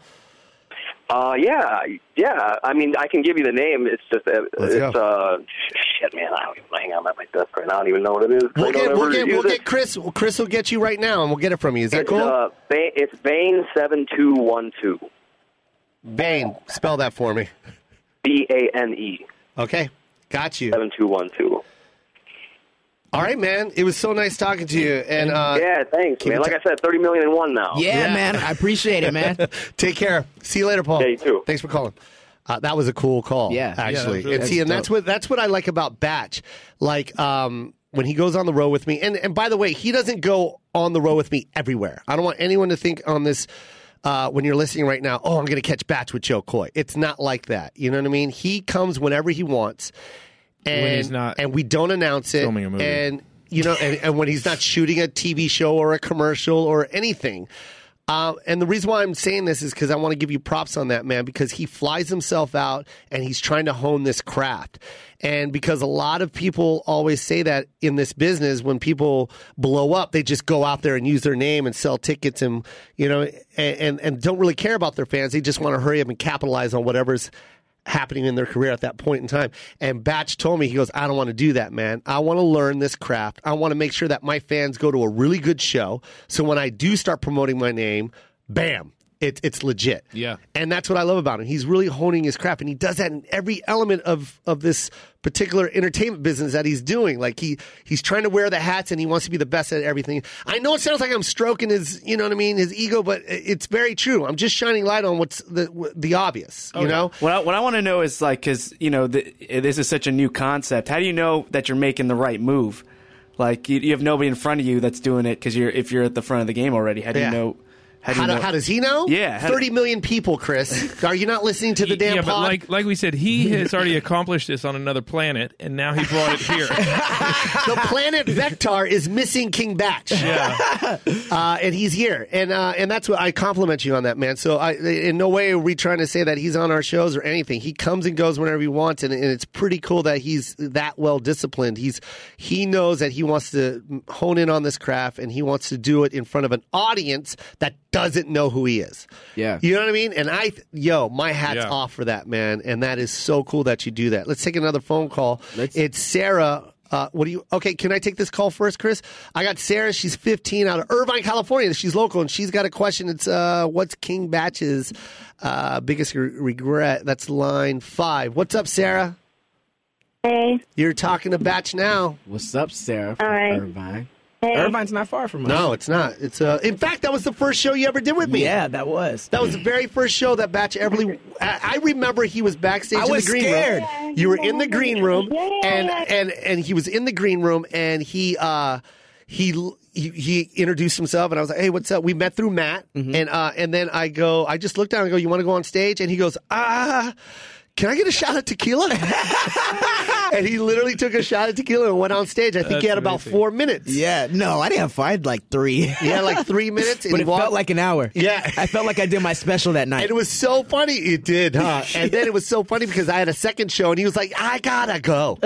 F: Uh, yeah, yeah. I mean, I can give you the name. It's just uh,
B: Let's
F: it's
B: go.
F: uh, shit, man. I don't even hang out at my desk right now. I don't even know what it is. I
B: We'll
F: don't
B: get we'll
F: ever
B: get
F: use
B: we'll
F: it.
B: get Chris. Chris will get you right now, and we'll get it from you. Is that
F: It's,
B: cool?
F: Uh, Bane, it's Bane seven two one two.
B: Bane, spell that for me.
F: B A N E
B: Okay, got you.
F: seven two one two.
B: All right, man. It was so nice talking to you, and uh,
F: Yeah, thanks,
B: keep in
F: man. Like I said, thirty million and one now.
D: Yeah, man. I appreciate it, man.
B: take care. See you later, Paul.
F: Yeah, you too.
B: Thanks for calling. Uh, that was a cool call.
D: Yeah. Yeah,
B: actually,
E: that was really
B: and see,
D: cool.
B: and that's what that's what I like about Batch. Like um, when he goes on the road with me, and and by the way, he doesn't go on the road with me everywhere. I don't want anyone to think on this. Uh, when you're listening right now, oh, I'm going to catch Batch with Joe Coy. It's not like that. You know what I mean? He comes whenever he wants, and
E: he's not
B: and we don't announce it.
E: filming a movie.
B: And you know, and, and when he's not shooting a TV show or a commercial or anything, Uh, and the reason why I'm saying this is because I want to give you props on that man because he flies himself out and he's trying to hone this craft. And because a lot of people always say that in this business, when people blow up, they just go out there and use their name and sell tickets and you know and and, and don't really care about their fans. They just want to hurry up and capitalize on whatever's happening in their career at that point in time. And Batch told me, he goes, I don't want to do that, man. I want to learn this craft. I want to make sure that my fans go to a really good show. So when I do start promoting my name, bam. It, it's legit.
E: Yeah.
B: And that's what I love about him. He's really honing his craft and he does that in every element of, of this particular entertainment business that he's doing. Like he, he's trying to wear the hats and he wants to be the best at everything. I know it sounds like I'm stroking his, you know what I mean? His ego, but it- it's very true. I'm just shining light on what's the, the obvious, you know?
C: What I, what I want to know is like, because you know, th this is such a new concept. How do you know that you're making the right move? Like, you, you have nobody in front of you that's doing it because you're if you're at the front of the game already. How do
B: Yeah.
C: you know?
B: How, do,
C: know?
B: how does he know?
C: Yeah, how do-
B: thirty million people, Chris. Are you not listening to the damn
E: yeah, but
B: pod?
E: like like we said, he has already accomplished this on another planet, and now he brought it here.
B: the planet Vector is missing King Batch. uh, and he's here, and uh, and that's what I compliment you on that, man. So I, in no way are we trying to say that he's on our shows or anything. He comes and goes whenever he wants, and, and it's pretty cool that he's that well disciplined. He's he knows that he wants to hone in on this craft, and he wants to do it in front of an audience that doesn't know who he is.
D: Yeah.
B: you know what I mean. And I, th- yo, my hat's
E: Yeah.
B: off for that, man. And that is so cool that you do that. Let's take another phone call. it's Sarah. Uh, what do you? Okay, can I take this call first, Chris? I got Sarah. She's 15 out of Irvine, California. She's local, and she's got a question. It's uh, what's King Batch's uh, biggest re- regret? That's line five. What's up, Sarah?
G: Hey,
B: You're talking to Batch now.
D: What's up, Sarah?
G: All right.
D: Irvine.
G: hey.
D: Irvine's not far from us.
B: No, it's not. It's uh, in fact, that was the first show you ever did with me.
D: Yeah, that was.
B: That was the very first show that Batch Everly. I, I remember he was backstage
D: I
B: in
D: was
B: the green
D: scared.
B: room. You were in the green room,
G: Yeah.
B: and and and he was in the green room, and he uh he he, he introduced himself, and I was like, hey, what's up? We met through Matt,
D: Mm-hmm.
B: and uh and then I go, I just looked down and go, you want to go on stage? And he goes, ah. Can I get a shot of tequila? and he literally took a shot of tequila and went on stage. I think he
E: That's
B: had about
E: amazing.
B: four minutes.
D: Yeah, no, I didn't have five, like three.
B: He had like three minutes. And
D: but
B: he
D: it
B: walked-
D: felt like an hour.
B: Yeah.
D: I felt like I did my special that night.
B: And it was so funny. It did, huh? And then it was so funny because I had a second show and he was like, I gotta go.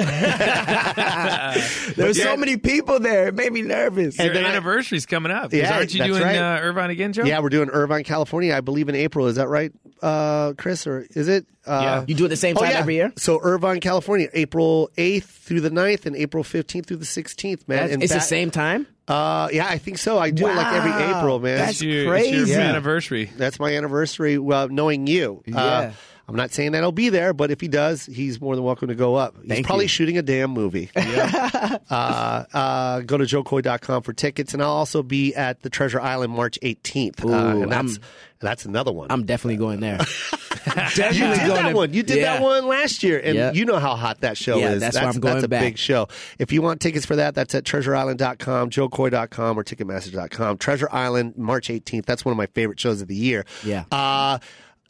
D: there were
B: Yeah.
D: so many people there. It made me nervous.
E: Your
B: then I-
E: anniversary's coming up. 'cause
B: Yeah,
E: aren't you
B: that's
E: doing
B: right.
E: uh, Irvine again, Joe?
B: yeah, we're doing Irvine, California, I believe in April. Is that right, uh, Chris? Or is it? Uh,
D: you do it the same
B: Oh,
D: time
B: yeah.
D: every year?
B: So Irvine, California, April 8th through the 9th and April 15th through the 16th, man. And
D: it's the
B: that-
D: same time?
B: Uh, yeah, I think so. I do it like every
D: Wow.
B: April, man.
D: That's
E: It's your, It's
D: crazy.
E: your
D: Yeah.
E: anniversary.
B: That's my anniversary. Well, knowing you, Uh,
D: Yeah.
B: I'm not saying that I'll be there, but if he does, he's more than welcome to go up. He's
D: Thank
B: probably
D: you.
B: shooting a damn movie. uh, uh, go to joecoy.com for tickets, and I'll also be at the Treasure Island March 18th. uh,
D: Ooh,
B: and that's
D: I'm-
B: that's another one.
D: I'm definitely going there. definitely
B: you did that
D: there.
B: one. You did
D: Yeah.
B: that one last year, and
D: Yeah.
B: you know how hot that show
D: Yeah,
B: is.
D: that's why I'm
B: that's
D: going
B: a
D: back.
B: big show. If you want tickets for that, that's at treasureisland.com, joecoy.com, or ticketmaster.com. Treasure Island, March 18th. That's one of my favorite shows of the year.
D: Yeah.
B: Uh,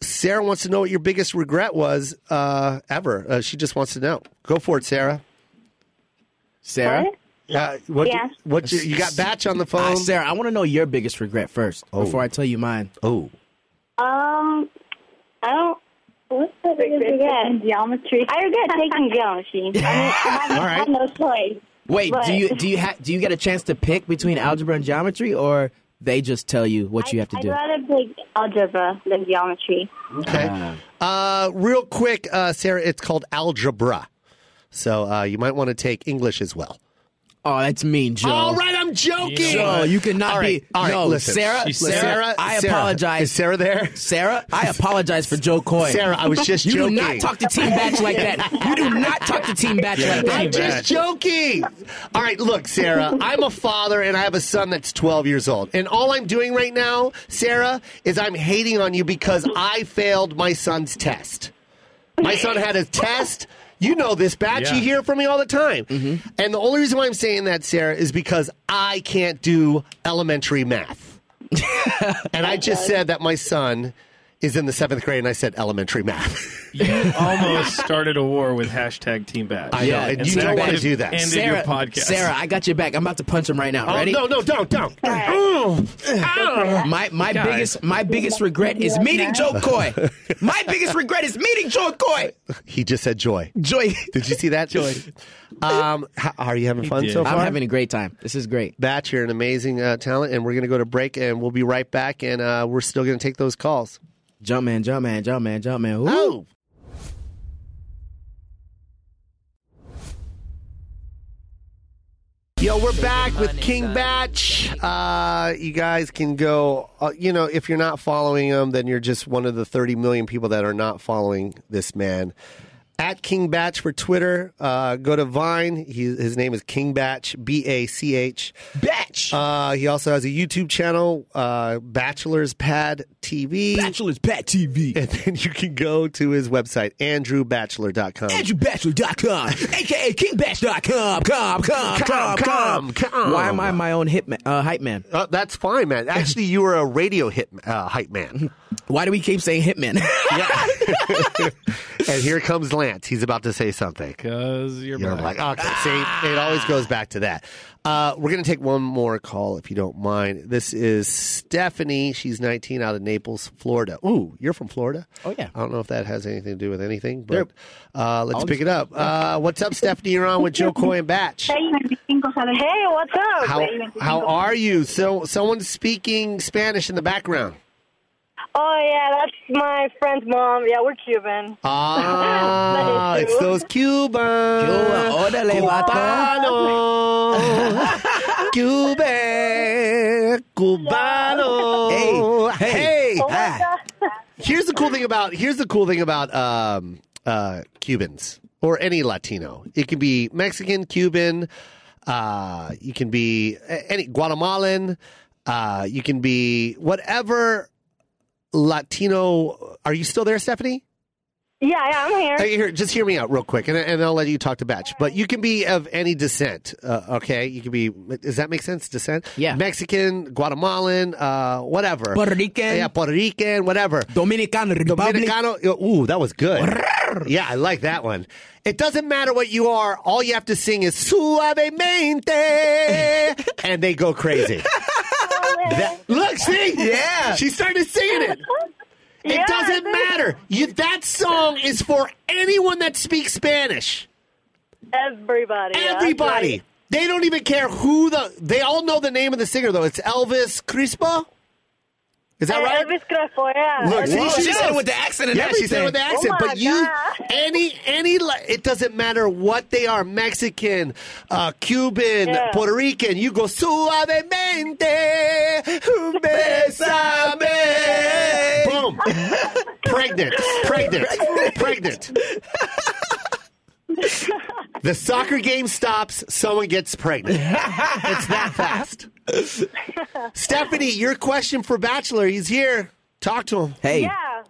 B: Sarah wants to know what your biggest regret was uh, ever. Uh, she just wants to know. Go for it, Sarah.
D: Sarah?
G: What?
B: Uh, what,
G: Yeah.
B: What you, you got? Batch on the phone.
D: Ah, Sarah, I want to know your biggest regret first before I tell you mine.
B: Oh,
G: Um, I don't. What's the biggest regret? Geometry. I regret taking geometry. I mean, I haven't
B: All right.
G: had no choice.
D: Wait,
G: But-
D: do you do you ha- do you get a chance to pick between algebra and geometry, or they just tell you what you have to
G: I'd
D: do?
G: rather take algebra than geometry.
B: okay.
D: Uh-huh.
B: Uh, real quick, uh, Sarah. It's called algebra, so uh, you might want to take English as well.
D: oh, that's mean, Joe.
B: All right, I'm joking.
E: You know
D: Joe, you cannot
B: All right,
D: be.
B: all right,
D: no,
B: listen.
D: Sarah,
E: She
D: Sarah,
E: said-
D: I
B: Sarah.
D: apologize.
B: Is Sarah there?
D: Sarah, I apologize for Joe Coy.
B: Sarah, I was just
D: you
B: joking.
D: do not talk to Team Batch like that. You do not talk to Team Batch like
B: I'm
D: that.
B: just joking. All right, look, Sarah, I'm a father and I have a son that's 12 years old. And all I'm doing right now, Sarah, is I'm hating on you because I failed my son's test. My son had a test. You know this batch.
E: Yeah.
B: You hear from me all the time. And the only reason why I'm saying that, Sarah, is because I can't do elementary math. and I just said that my son is in the seventh grade, and I said elementary math.
E: You almost started a war with hashtag Team Bad.
B: I know, and you don't want to do that.
E: Ended your podcast.
D: Sarah, I got your back. I'm about to punch him right now.
B: Oh,
D: Ready?
B: no, no, don't, don't. Ah.
D: My my
E: Guys.
D: biggest my biggest regret is meeting Joe Coy. My biggest regret is meeting Joe Coy.
B: He just said joy.
D: Joy,
B: Did you see that? joy. Um, h- are you having fun
E: did.
B: so far?
D: I'm having a great time. This is great.
B: Batch, you're an amazing uh, talent, and we're going to go to break, and we'll be right back, and uh, we're still going to take those calls.
D: Jump man, jump man, jump man, jump man. Ooh.
B: Oh, Yo, we're back with King Batch. Uh, you guys can go. Uh, you know, if you're not following him, then you're just one of the 30 million people that are not following this man. At King Batch for Twitter. Uh, go to Vine. He, his name is King Batch. B A C H.
D: Batch.
B: Uh, he also has a YouTube channel, uh, Bachelor's Pad TV.
D: Bachelor's Pat TV.
B: And then you can go to his website, andrewbachelor.com.
D: AndrewBachelor.com, aka KingBatch.com. Come, come,
B: Come,
D: come,
B: come,
D: come,
B: come.
D: Why am I my own hit man, uh, hype man?
B: Uh, that's fine, man. Actually, you were a radio hit uh, hype man.
D: Why do we keep saying hitman?
B: and here comes Lance. He's about to say something.
E: Because you're,
B: You're
E: back.
B: like, okay, see, it always goes back to that. Uh, we're going to take one more call if you don't mind. This is Stephanie. She's 19 out of Naples, Florida. Ooh, you're from Florida?
D: Oh, yeah.
B: I don't know if that has anything to do with anything, but uh, let's pick it up. Uh, what's up, Stephanie? You're on with Joe Coy and Batch.
G: Hey, what's up?
B: How, how are you? So, someone's speaking Spanish in the background.
G: Oh yeah, that's my friend's mom. Yeah, we're Cuban.
B: Ah,
G: That is
B: it's
G: true.
B: those Cubans.
D: Órale, vato.
B: Cubano. Cuban. Cubano.
D: Hey, hey.
G: Oh
D: Ah.
G: my God.
B: Here's the cool thing about here's the cool thing about um, uh, Cubans or any Latino. It can be Mexican, Cuban. Uh, you can be a- any Guatemalan. Uh, you can be whatever Latino. Are you still there, Stephanie?
G: Yeah, yeah, I'm here.
B: Hey, here, just hear me out real quick, and, and I'll let you talk to Batch. But you can be of any descent, uh, okay? You can be. Does that make sense? Descent?
D: Yeah.
B: Mexican, Guatemalan, uh, whatever.
D: Puerto Rican.
B: Yeah, Puerto Rican, whatever.
D: Dominican Republic.
B: Dominicano. Ooh, that was good. yeah, I like that one. It doesn't matter what you are. All you have to sing is suavemente, and they go crazy. That- look, see?
D: Yeah.
B: She started singing it. It
G: Yeah,
B: doesn't
G: dude.
B: matter. You, that song is for anyone that speaks Spanish.
G: Everybody. yeah, that's
B: Everybody.
G: right.
B: They don't even care who the. They all know the name of the singer, though. It's Elvis Crispo. Is that
G: Uh,
B: right?
G: Elvis Crespo, yeah.
B: Look,
G: Elvis
B: see,
D: Whoa,
B: she
D: she
G: Crespo.
D: said
B: knows.
D: it with the accent and
B: yeah, she said it with the
D: everything.
B: accent.
G: Oh my
B: but you,
G: God.
B: any, any, la- it doesn't matter what they are Mexican, uh, Cuban,
G: Yeah.
B: Puerto Rican, you go suavemente, besame. Boom. pregnant, pregnant, pregnant. The soccer game stops, someone gets pregnant. It's that fast. Stephanie, your question for Bachelor, he's here. Talk to him.
D: Hey,
G: Yeah.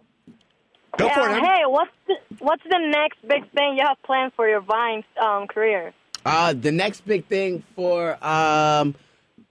B: Go
G: yeah.
B: for it.
G: Hey, what's the, what's the next big thing you have planned for your Vine um, career?
D: uh, the next big thing for um,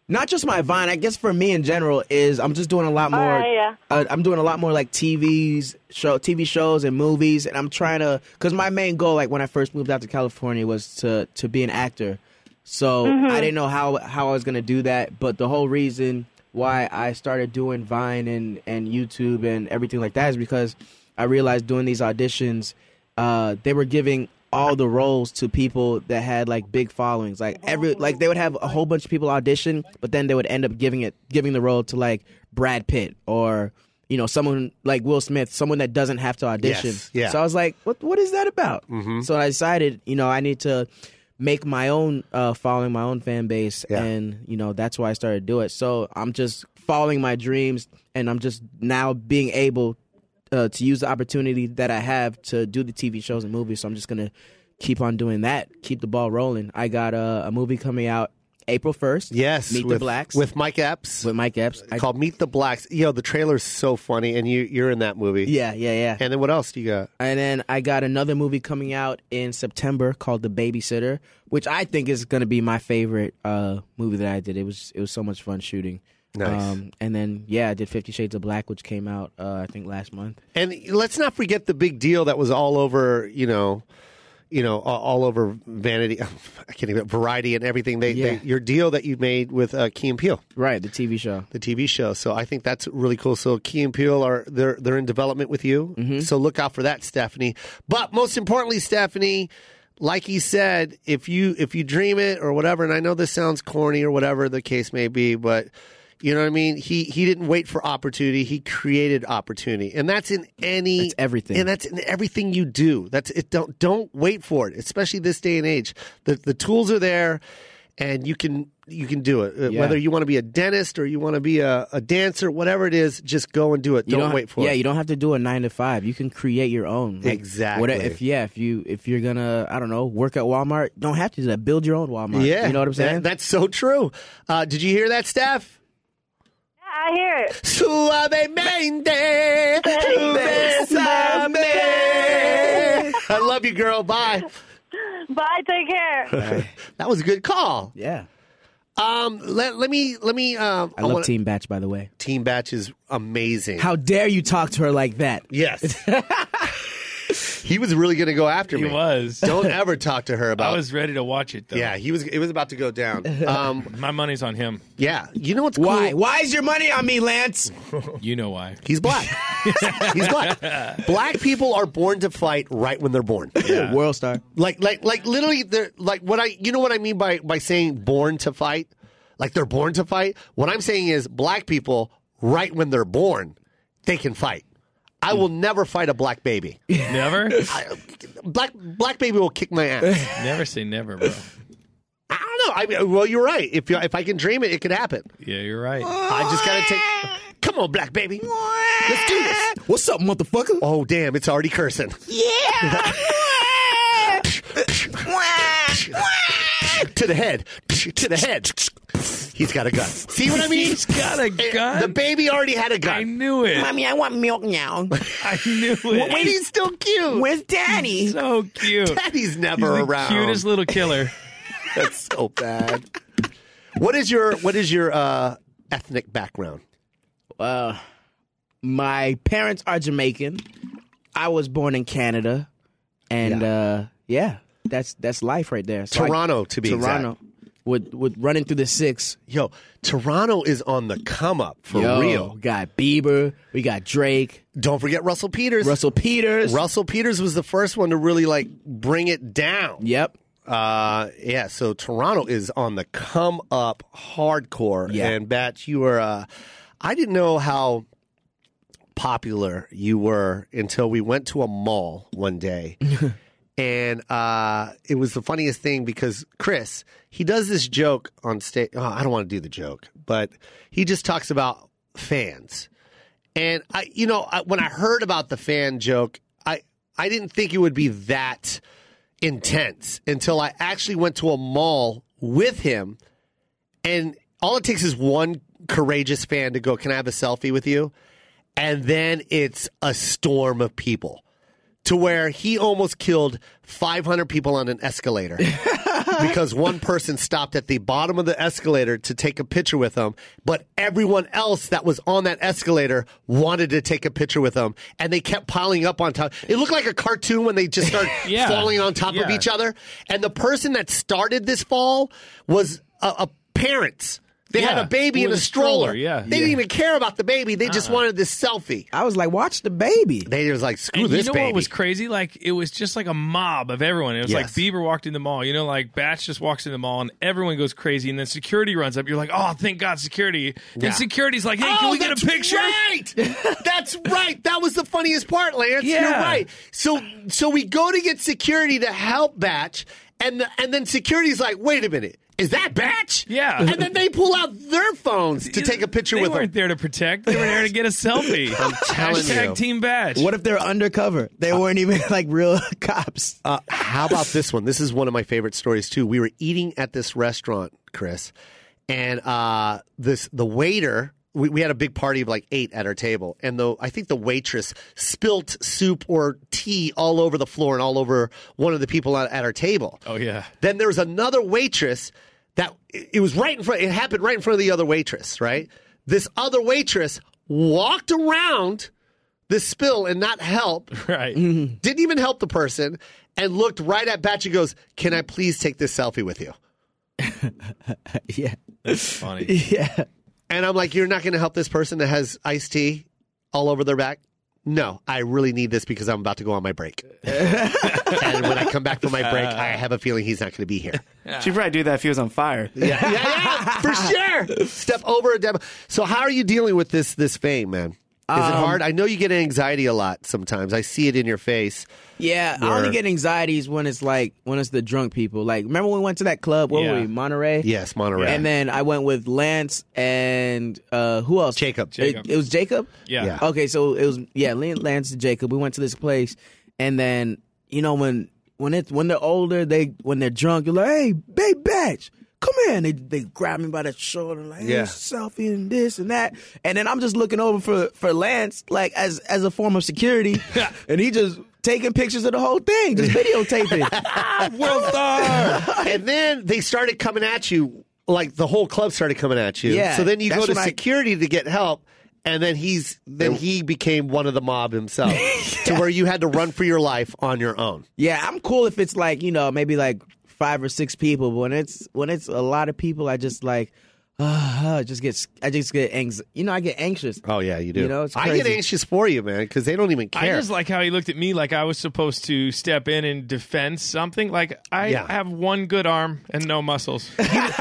D: not just my Vine, I guess for me in general is I'm just doing a lot more.
G: right, Oh, yeah.
D: uh, I'm doing a lot more like TVs, show TV shows and movies, and I'm trying to because my main goal, like when I first moved out to California, was to to be an actor. So
G: Mm-hmm.
D: I didn't know how how I was gonna do that, but the whole reason why I started doing Vine and and YouTube and everything like that is because I realized doing these auditions, uh, they were giving all the roles to people that had like big followings. Like every like they would have a whole bunch of people audition, but then they would end up giving it giving the role to like Brad Pitt or you know someone like Will Smith, someone that doesn't have to audition.
B: Yes, yeah. Mm-hmm.
D: So I was like, what what is that about? So I decided, you know, I need to make my own uh following my own fan base
B: Yeah.
D: and you know that's why I started to do it. So I'm just following my dreams and I'm just now being able uh, to use the opportunity that I have to do the TV shows and movies. So I'm just gonna keep on doing that, keep the ball rolling. I got uh, a movie coming out April 1st.
B: Yes,
D: Meet
B: with,
D: the Blacks
B: with Mike Epps
D: with Mike Epps. I-
B: called "Meet the Blacks." Yo, the trailer's so funny, and you you're in that movie.
D: yeah, yeah, yeah.
B: And then what else do you got?
D: And then I got another movie coming out in September called The Babysitter, which I think is gonna be my favorite uh, movie that I did. It was it was so much fun shooting.
B: Nice.
D: Um, and then yeah, I did Fifty Shades of Black, which came out uh, I think last month.
B: And let's not forget the big deal that was all over, you know, you know, a- all over Vanity. I can't even Variety and everything. They,
D: Yeah.
B: they your deal that you made with uh, Key and Peele,
D: Right, the TV show.
B: the TV show. So I think that's really cool. So Key and Peele are they're they're in development with you.
D: Mm-hmm.
B: So look out for that, Stephanie. But most importantly, Stephanie. Like he said, if you if you dream it or whatever, and I know this sounds corny or whatever the case may be, but you know what I mean. He he didn't wait for opportunity; he created opportunity, and that's in any
D: That's everything.
B: and that's in everything you do. That's it. Don't don't wait for it, especially this day and age. The the tools are there, and you can you can do it. Uh,
D: Yeah.
B: Whether you want to be a dentist or you want to be a, a dancer, whatever it is, just go and do it.
D: You
B: Don't, wait for
D: yeah,
B: it.
D: you don't have to do a nine to five. You can create your own. Like,
B: Exactly.
D: What, if yeah, if you if you're gonna I don't know work at Walmart, don't have to do that. Build your own Walmart.
B: yeah,
D: you know what I'm
B: That-
D: saying.
B: that's so true. Uh, did you hear that, Steph?
G: I hear it.
B: Suavemente, besame. I love you, girl. Bye.
G: Bye. Take care.
B: That was a good call.
D: yeah,
B: Um, let, let me let me. Um,
D: I love
B: wanna-
D: Team Batch by the way.
B: Team Batch is amazing.
D: How dare you talk to her like that?
B: Yes. he was really going to go after
E: He
B: me.
E: was.
B: Don't ever talk to her about.
E: I was ready to watch it though.
B: yeah, he was. It was about to go down. Um,
E: My money's on him.
B: yeah, you know what's
D: Why?
B: cool?
D: Why is your money on me, Lance?
E: You know why.
B: He's black. He's black. Black people are born to fight right when they're born.
D: World star.
B: Like, like, like, literally, they're like what I. You know what I mean by by saying born to fight. Like they're born to fight. What I'm saying is, black people, right when they're born, they can fight. I will never fight a black baby.
E: Never?
B: Black black baby will kick my ass.
E: never say never, bro.
B: I don't know. I mean, well, you're right. If you if I can dream it, it could happen.
E: Yeah, you're right.
B: I just gotta take. Come on, black baby. Let's do this.
D: What's up, motherfucker?
B: Oh damn, it's already cursing.
D: Yeah.
B: to the head. to the head. He's got a gun. See what I mean?
E: He's got a
B: It-
E: gun?
B: The baby already had a
E: I
B: gun.
E: knew it.
D: Mommy, I want milk now.
E: I knew it.
B: And he's still cute.
D: Where's Daddy?
E: so cute.
B: Daddy's
E: He's
B: never
E: the
B: around.
E: cutest little killer.
B: That's so bad. What is your what is your uh, ethnic background?
D: Uh, my parents are Jamaican. I was born in Canada, and uh, yeah, that's that's life right there. So I-
B: Toronto, to be
D: Toronto. With with running through the six.
B: Yo, Toronto is on the come up for
D: Yo,
B: real.
D: Got Bieber. We got Drake.
B: Don't forget Russell Peters.
D: Russell Peters.
B: Russell Peters was the first one to really like bring it down.
D: Yep.
B: Uh, yeah. So Toronto is on the come up hardcore.
D: Yeah.
B: And Batch, you were. Uh, I didn't know how popular you were until we went to a mall one day. And uh, it was the funniest thing because Chris, he does this joke on stage. Oh, I don't want to do the joke, but he just talks about fans. And I, you know, I, when I heard about the fan joke, I I didn't think it would be that intense until I actually went to a mall with him, and all it takes is one courageous fan to go, "Can I have a selfie with you?" And then it's a storm of people. To where he almost killed 500 people on an escalator because one person stopped at the bottom of the escalator to take a picture with him, but everyone else that was on that escalator wanted to take a picture with him, and they kept piling up on top. It looked like a cartoon when they just start
E: Yeah.
B: falling on top of
E: Yeah.
B: each other. And the person that started this fall was a, a parents. They had
E: Yeah,
B: a baby
E: with
B: in a
E: a
B: stroller.
E: stroller, yeah. Uh-uh.
B: They didn't even care about the baby. They just wanted this selfie.
D: I was like, watch the baby.
B: They was like, screw
E: And
B: this
E: you know
B: baby.
E: what was crazy? Like it was just like a mob of everyone. It was
B: Yes.
E: like Bieber walked in the mall. You know, like Batch just walks in the mall and everyone goes crazy. And then security runs up. You're like, oh, thank God, security.
B: Yeah.
E: And security's like, hey,
B: oh,
E: can we get a
B: that's
E: picture?
B: Right. that's right. That was the funniest part, Lance. You're
E: Yeah.
B: right. So so we go to get security to help Batch, and the, and then security's like, wait a minute. Is that Batch?
E: Yeah.
B: And then they pull out their phones to take a picture
E: they
B: with
E: weren't
B: him.
E: there to protect. They were there to get a selfie. I'm
B: telling
E: Hashtag
B: you.
E: Team Batch.
D: What if they're undercover? They weren't even like real cops.
B: Uh, how about this one? This is one of my favorite stories too. We were eating at this restaurant, Chris, and uh, this the waiter. We, we had a big party of like eight at our table, and the I think the waitress spilt soup or tea all over the floor and all over one of the people at, at our table.
E: Oh, yeah.
B: Then there was another waitress that it was right in front. It happened right in front of the other waitress, right? This other waitress walked around the spill and not help,
E: Right.
B: didn't even help the person, and looked right at Batch and goes, Can I please take this selfie with you?
D: yeah,
E: Funny.
D: yeah.
B: And I'm like, You're not going to help this person that has iced tea all over their back? No, I really need this because I'm about to go on my break. and when I come back from my break, I have a feeling he's not going to be here.
C: She'd probably do that if he was on fire.
B: yeah, yeah, yeah, for sure. Step over a demo. So, how are you dealing with this this fame, man? Is it hard? I know you get anxiety a lot sometimes. I see it in your face.
D: Yeah, I only
B: Word.
D: get anxieties when it's like when it's the drunk people. Like, remember when we went to that club? Where
E: Yeah.
D: were we? Monterey.
B: Yes, Monterey.
D: And then I went with Lance and uh, who else?
B: Jacob.
E: Jacob.
D: It, it was Jacob.
E: Yeah.
B: Yeah.
D: Okay, so it was yeah, Lin- Lance and Jacob. We went to this place, and then you know when when it's when they're older, they when they're drunk, you're like, hey, babe, batch, come here, and they they grab me by the shoulder, like, hey,
B: Yeah.
D: selfie and this and that, and then I'm just looking over for for Lance, like as as a form of security, and he just taking pictures of the whole thing, just videotaping.
E: World star.
B: and then they started coming at you, like the whole club started coming at you.
D: Yeah,
B: so then you go
D: that's
B: to
D: when I-
B: security to get help, and then he's then he became one of the mob himself, to where you had to run for your life on your own.
D: Yeah, I'm cool if it's like you know maybe like five or six people, but when it's when it's a lot of people, I just like uh, I just get I just get anxious. You know, I get anxious.
B: Oh yeah, you do.
D: You know, it's
B: I get
D: crazy.
B: anxious for you, man, because they don't even
E: I
B: care.
E: just like how he looked at me like I was supposed to step in and defend something. Like I
B: Yeah.
E: have one good arm and no muscles.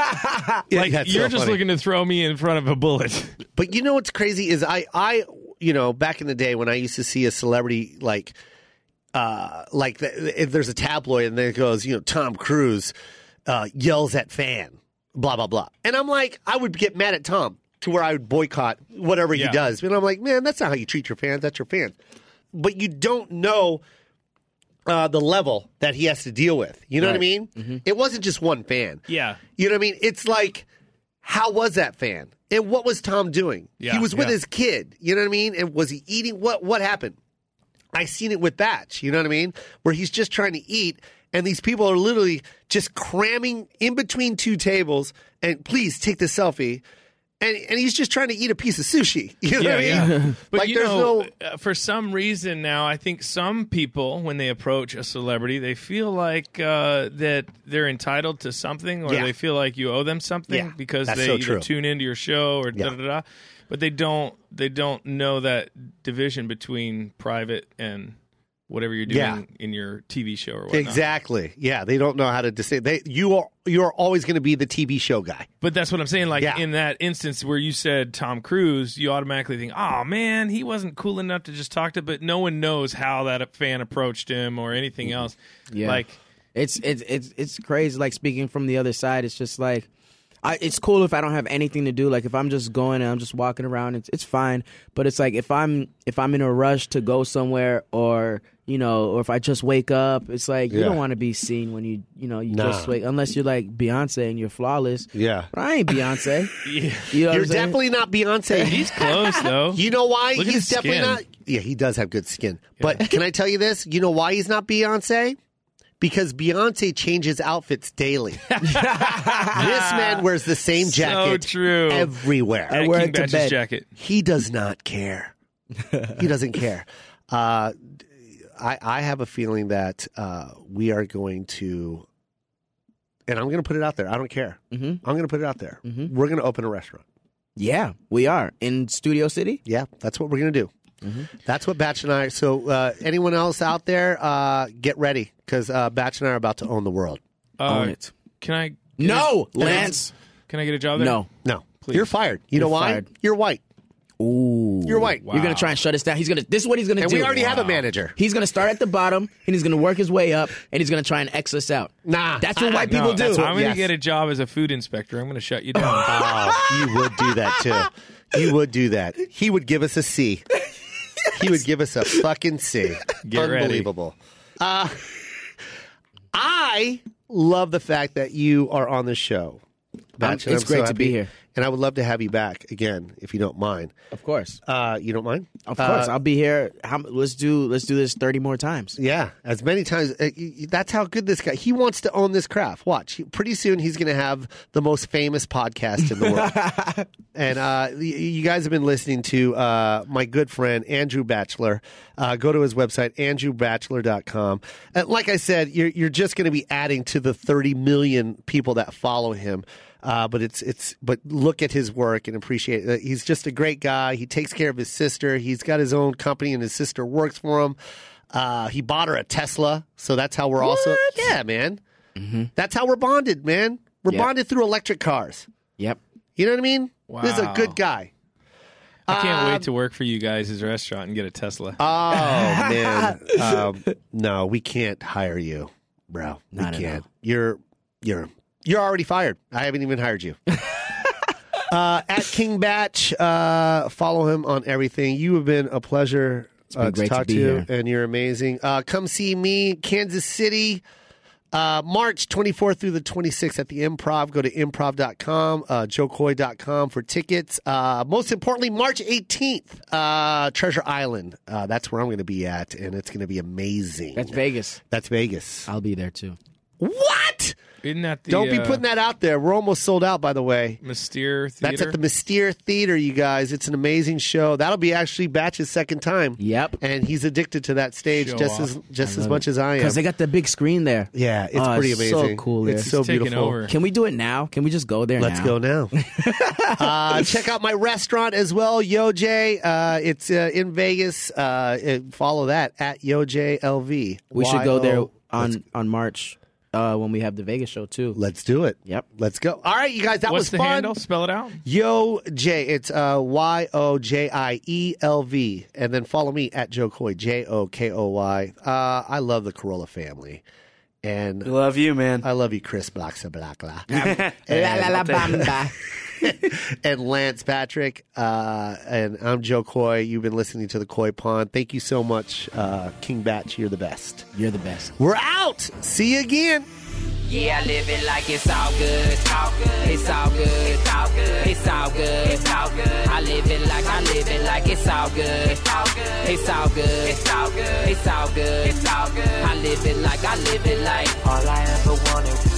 B: Yeah,
E: like you're
B: that's so
E: just
B: funny.
E: looking to throw me in front of a bullet.
B: But you know what's crazy is I I you know back in the day when I used to see a celebrity like uh like the, if there's a tabloid and then it goes you know Tom Cruise uh, yells at fan blah blah blah and I'm like I would get mad at Tom to where I would boycott whatever
E: Yeah.
B: he does and I'm like man that's not how you treat your fans that's your fans but you don't know uh, the level that he has to deal with you know what I mean it wasn't just one fan
E: Mm-hmm. Yeah.
B: you know what I mean? It's like, how was that fan? And what was Tom doing?
E: Yeah,
B: he was with
E: yeah.
B: his kid. You know what I mean? And was he eating? What what happened? I seen it with Batch. You know what I mean? Where he's just trying to eat, and these people are literally just cramming in between two tables. And please take this selfie. And and he's just trying to eat a piece of sushi. You know what I mean?
E: But
B: like
E: you
B: there's
E: know,
B: no.
E: uh, for some reason now, I think some people, when they approach a celebrity, they feel like uh, that they're entitled to something, or
B: Yeah.
E: they feel like you owe them something
B: Yeah,
E: because
B: that's
E: they
B: so
E: either
B: true.
E: tune into your show or da da da. But they don't. They don't know that division between private and whatever you're doing
B: Yeah.
E: in your TV show or whatnot.
B: Exactly. Yeah, they don't know how to distinguish. They you are you are always going to be the TV show guy.
E: But that's what I'm saying. Like
B: Yeah.
E: in that instance where you said Tom Cruise, you automatically think, "Oh man, he wasn't cool enough to just talk to." But no one knows how that fan approached him or anything else.
D: Yeah.
E: Like
D: It's it's it's it's crazy. Like speaking from the other side, it's just like, I, it's cool if I don't have anything to do. Like if I'm just going and I'm just walking around, it's it's fine. But it's like if I'm if I'm in a rush to go somewhere or you know or if I just wake up, it's like you
B: Yeah.
D: don't want to be seen when you you know you
B: Nah.
D: just wake unless you're like Beyonce and you're flawless.
B: Yeah.
D: but I ain't Beyonce. You know what
B: You're
D: I'm saying?
B: definitely not Beyonce.
E: he's close though.
B: You know why
E: Look at
B: he's
E: his
B: definitely
E: skin.
B: not? Yeah, he does have good skin. But can I tell you this? You know why he's not Beyonce? Because Beyonce changes outfits daily. this man wears the same
E: So
B: jacket
E: true.
B: everywhere.
E: At
D: wear
E: King
D: it to
E: Batch's
D: bed.
E: jacket.
B: He does not care. he doesn't care. Uh, I, I have a feeling that uh, we are going to, and I'm going to put it out there. I don't care.
E: Mm-hmm.
B: I'm going to put it out there. We're going to open a restaurant.
D: Yeah, we are in Studio City.
B: Yeah, that's what we're going to do.
D: Mm-hmm.
B: That's what Batch and I. So, uh, anyone else out there, uh, get ready because uh, Batch and I are about to own the world.
E: Uh,
D: Own it.
E: Can I?
D: No, Lance.
E: Can I get a job there?
D: No.
B: No, you're fired. You know why?
D: fired.
B: You're white,
D: Ooh.
B: You're white.
D: You're gonna try and shut us down. He's gonna. This is what he's gonna
B: and
D: do.
B: we already have a manager.
D: He's gonna start at the bottom and he's gonna work his way up and he's gonna try and X us out.
B: Nah,
D: that's what white people do.
E: that's what- I'm going to
B: yes.
E: get a job as a food inspector. I'm going to shut you down.
B: Oh, you would do that too. You would do that. He would give us a C. He would give us a fucking C.
E: Get ready.
B: Unbelievable. Uh, I love the fact that you are on the show.
D: I'm-
B: Batch, and
D: it's
B: I'm so
D: great to
B: happy.
D: be here.
B: and I would love to have you back again if you don't mind.
D: Of course.
B: Uh, you don't mind?
D: Of
B: Uh,
D: course. I'll be here. How, m- let's do let's do this 30 more times.
B: Yeah, as many times. uh, y- y- That's how good this guy. He wants to own this craft. Watch, He- pretty soon he's going to have the most famous podcast in the world. and uh, y- you guys have been listening to uh, my good friend Andrew Batchelor. Uh, go to his website andrewbatchelor.com. And like I said, you're you're just going to be adding to the 30 million people that follow him. Uh, but it's it's but look at his work and appreciate it. He's just a great guy. He takes care of his sister. He's got his own company, and his sister works for him. Uh, he bought her a Tesla, so that's how we're also yeah, man. That's how we're bonded, man. We're
D: Yeah.
B: bonded through electric cars.
D: Yep.
B: You know what I mean? This is a
E: Wow.
B: good guy.
E: I can't wait
B: Um,
E: to work for you guys' restaurant and get a Tesla.
B: Oh man, um, no, we can't hire you, bro. We
D: Not at
B: can't. You're you're you're already fired. I haven't even hired you. uh, at King Batch, uh, follow him on everything. You have been a pleasure
D: been
B: uh,
D: great to
B: to talk to,
D: be
B: you,
D: here.
B: and you're amazing. Uh, come see me, Kansas City. Uh, March 24th through the 26th at the Improv. Go to improv.com, uh, joecoy.com for tickets. Uh, most importantly, March 18th, uh, Treasure Island. Uh, that's where I'm going to be at, and it's going to be amazing.
D: That's Vegas.
B: That's Vegas.
D: I'll be there too.
B: What?
E: Isn't that the
B: Don't be
E: uh,
B: putting that out there. We're almost sold out, by the way.
E: Mystere Theater?
B: That's at the Mystere Theater, you guys. It's an amazing show. That'll be actually Batch's second time.
D: Yep.
B: And he's addicted to that stage
E: Show
B: just
E: off.
B: as just as much as I am.
D: Because they got the big screen there.
B: yeah, it's
D: Oh,
B: pretty
D: so
B: amazing.
D: cool
B: It's
D: there.
B: so
E: taking
B: beautiful.
E: over.
D: Can we do it now? Can we just go there
B: Let's
D: now?
B: go now. uh, check out my restaurant as well, YoJ. Uh, it's uh, in Vegas. Uh, it- follow that at YoJLV.
D: We should go there
B: Y-O-
D: on on March uh, when we have the Vegas show too.
B: Let's do it.
D: Yep.
B: Let's go. All right, you guys. That
E: What's
B: was
E: the
B: fun.
E: handle? Spell it out.
B: Yo J, it's uh, Y O J I E L V, and then follow me at Joe Coy J O K O Y. Uh, I love the Corolla family,
C: We
B: and
C: love you, man.
B: I love you, Chris Bloxa Blackla,
D: La la la bamba.
B: and Lance Patrick, uh, and I'm Joe Coy. You've been listening to the Coy Pond. Thank you so much, uh, King Batch. You're the best.
D: You're the best.
B: We're out. See you again.
H: Yeah, I live it like it's all good. It's all good. It's all good. It's all good. It's all good. It's all good. I live it like I live it like it's all good. It's all good. It's all good. It's all good. It's all good. It's all good. I live it like I live it like all I ever wanted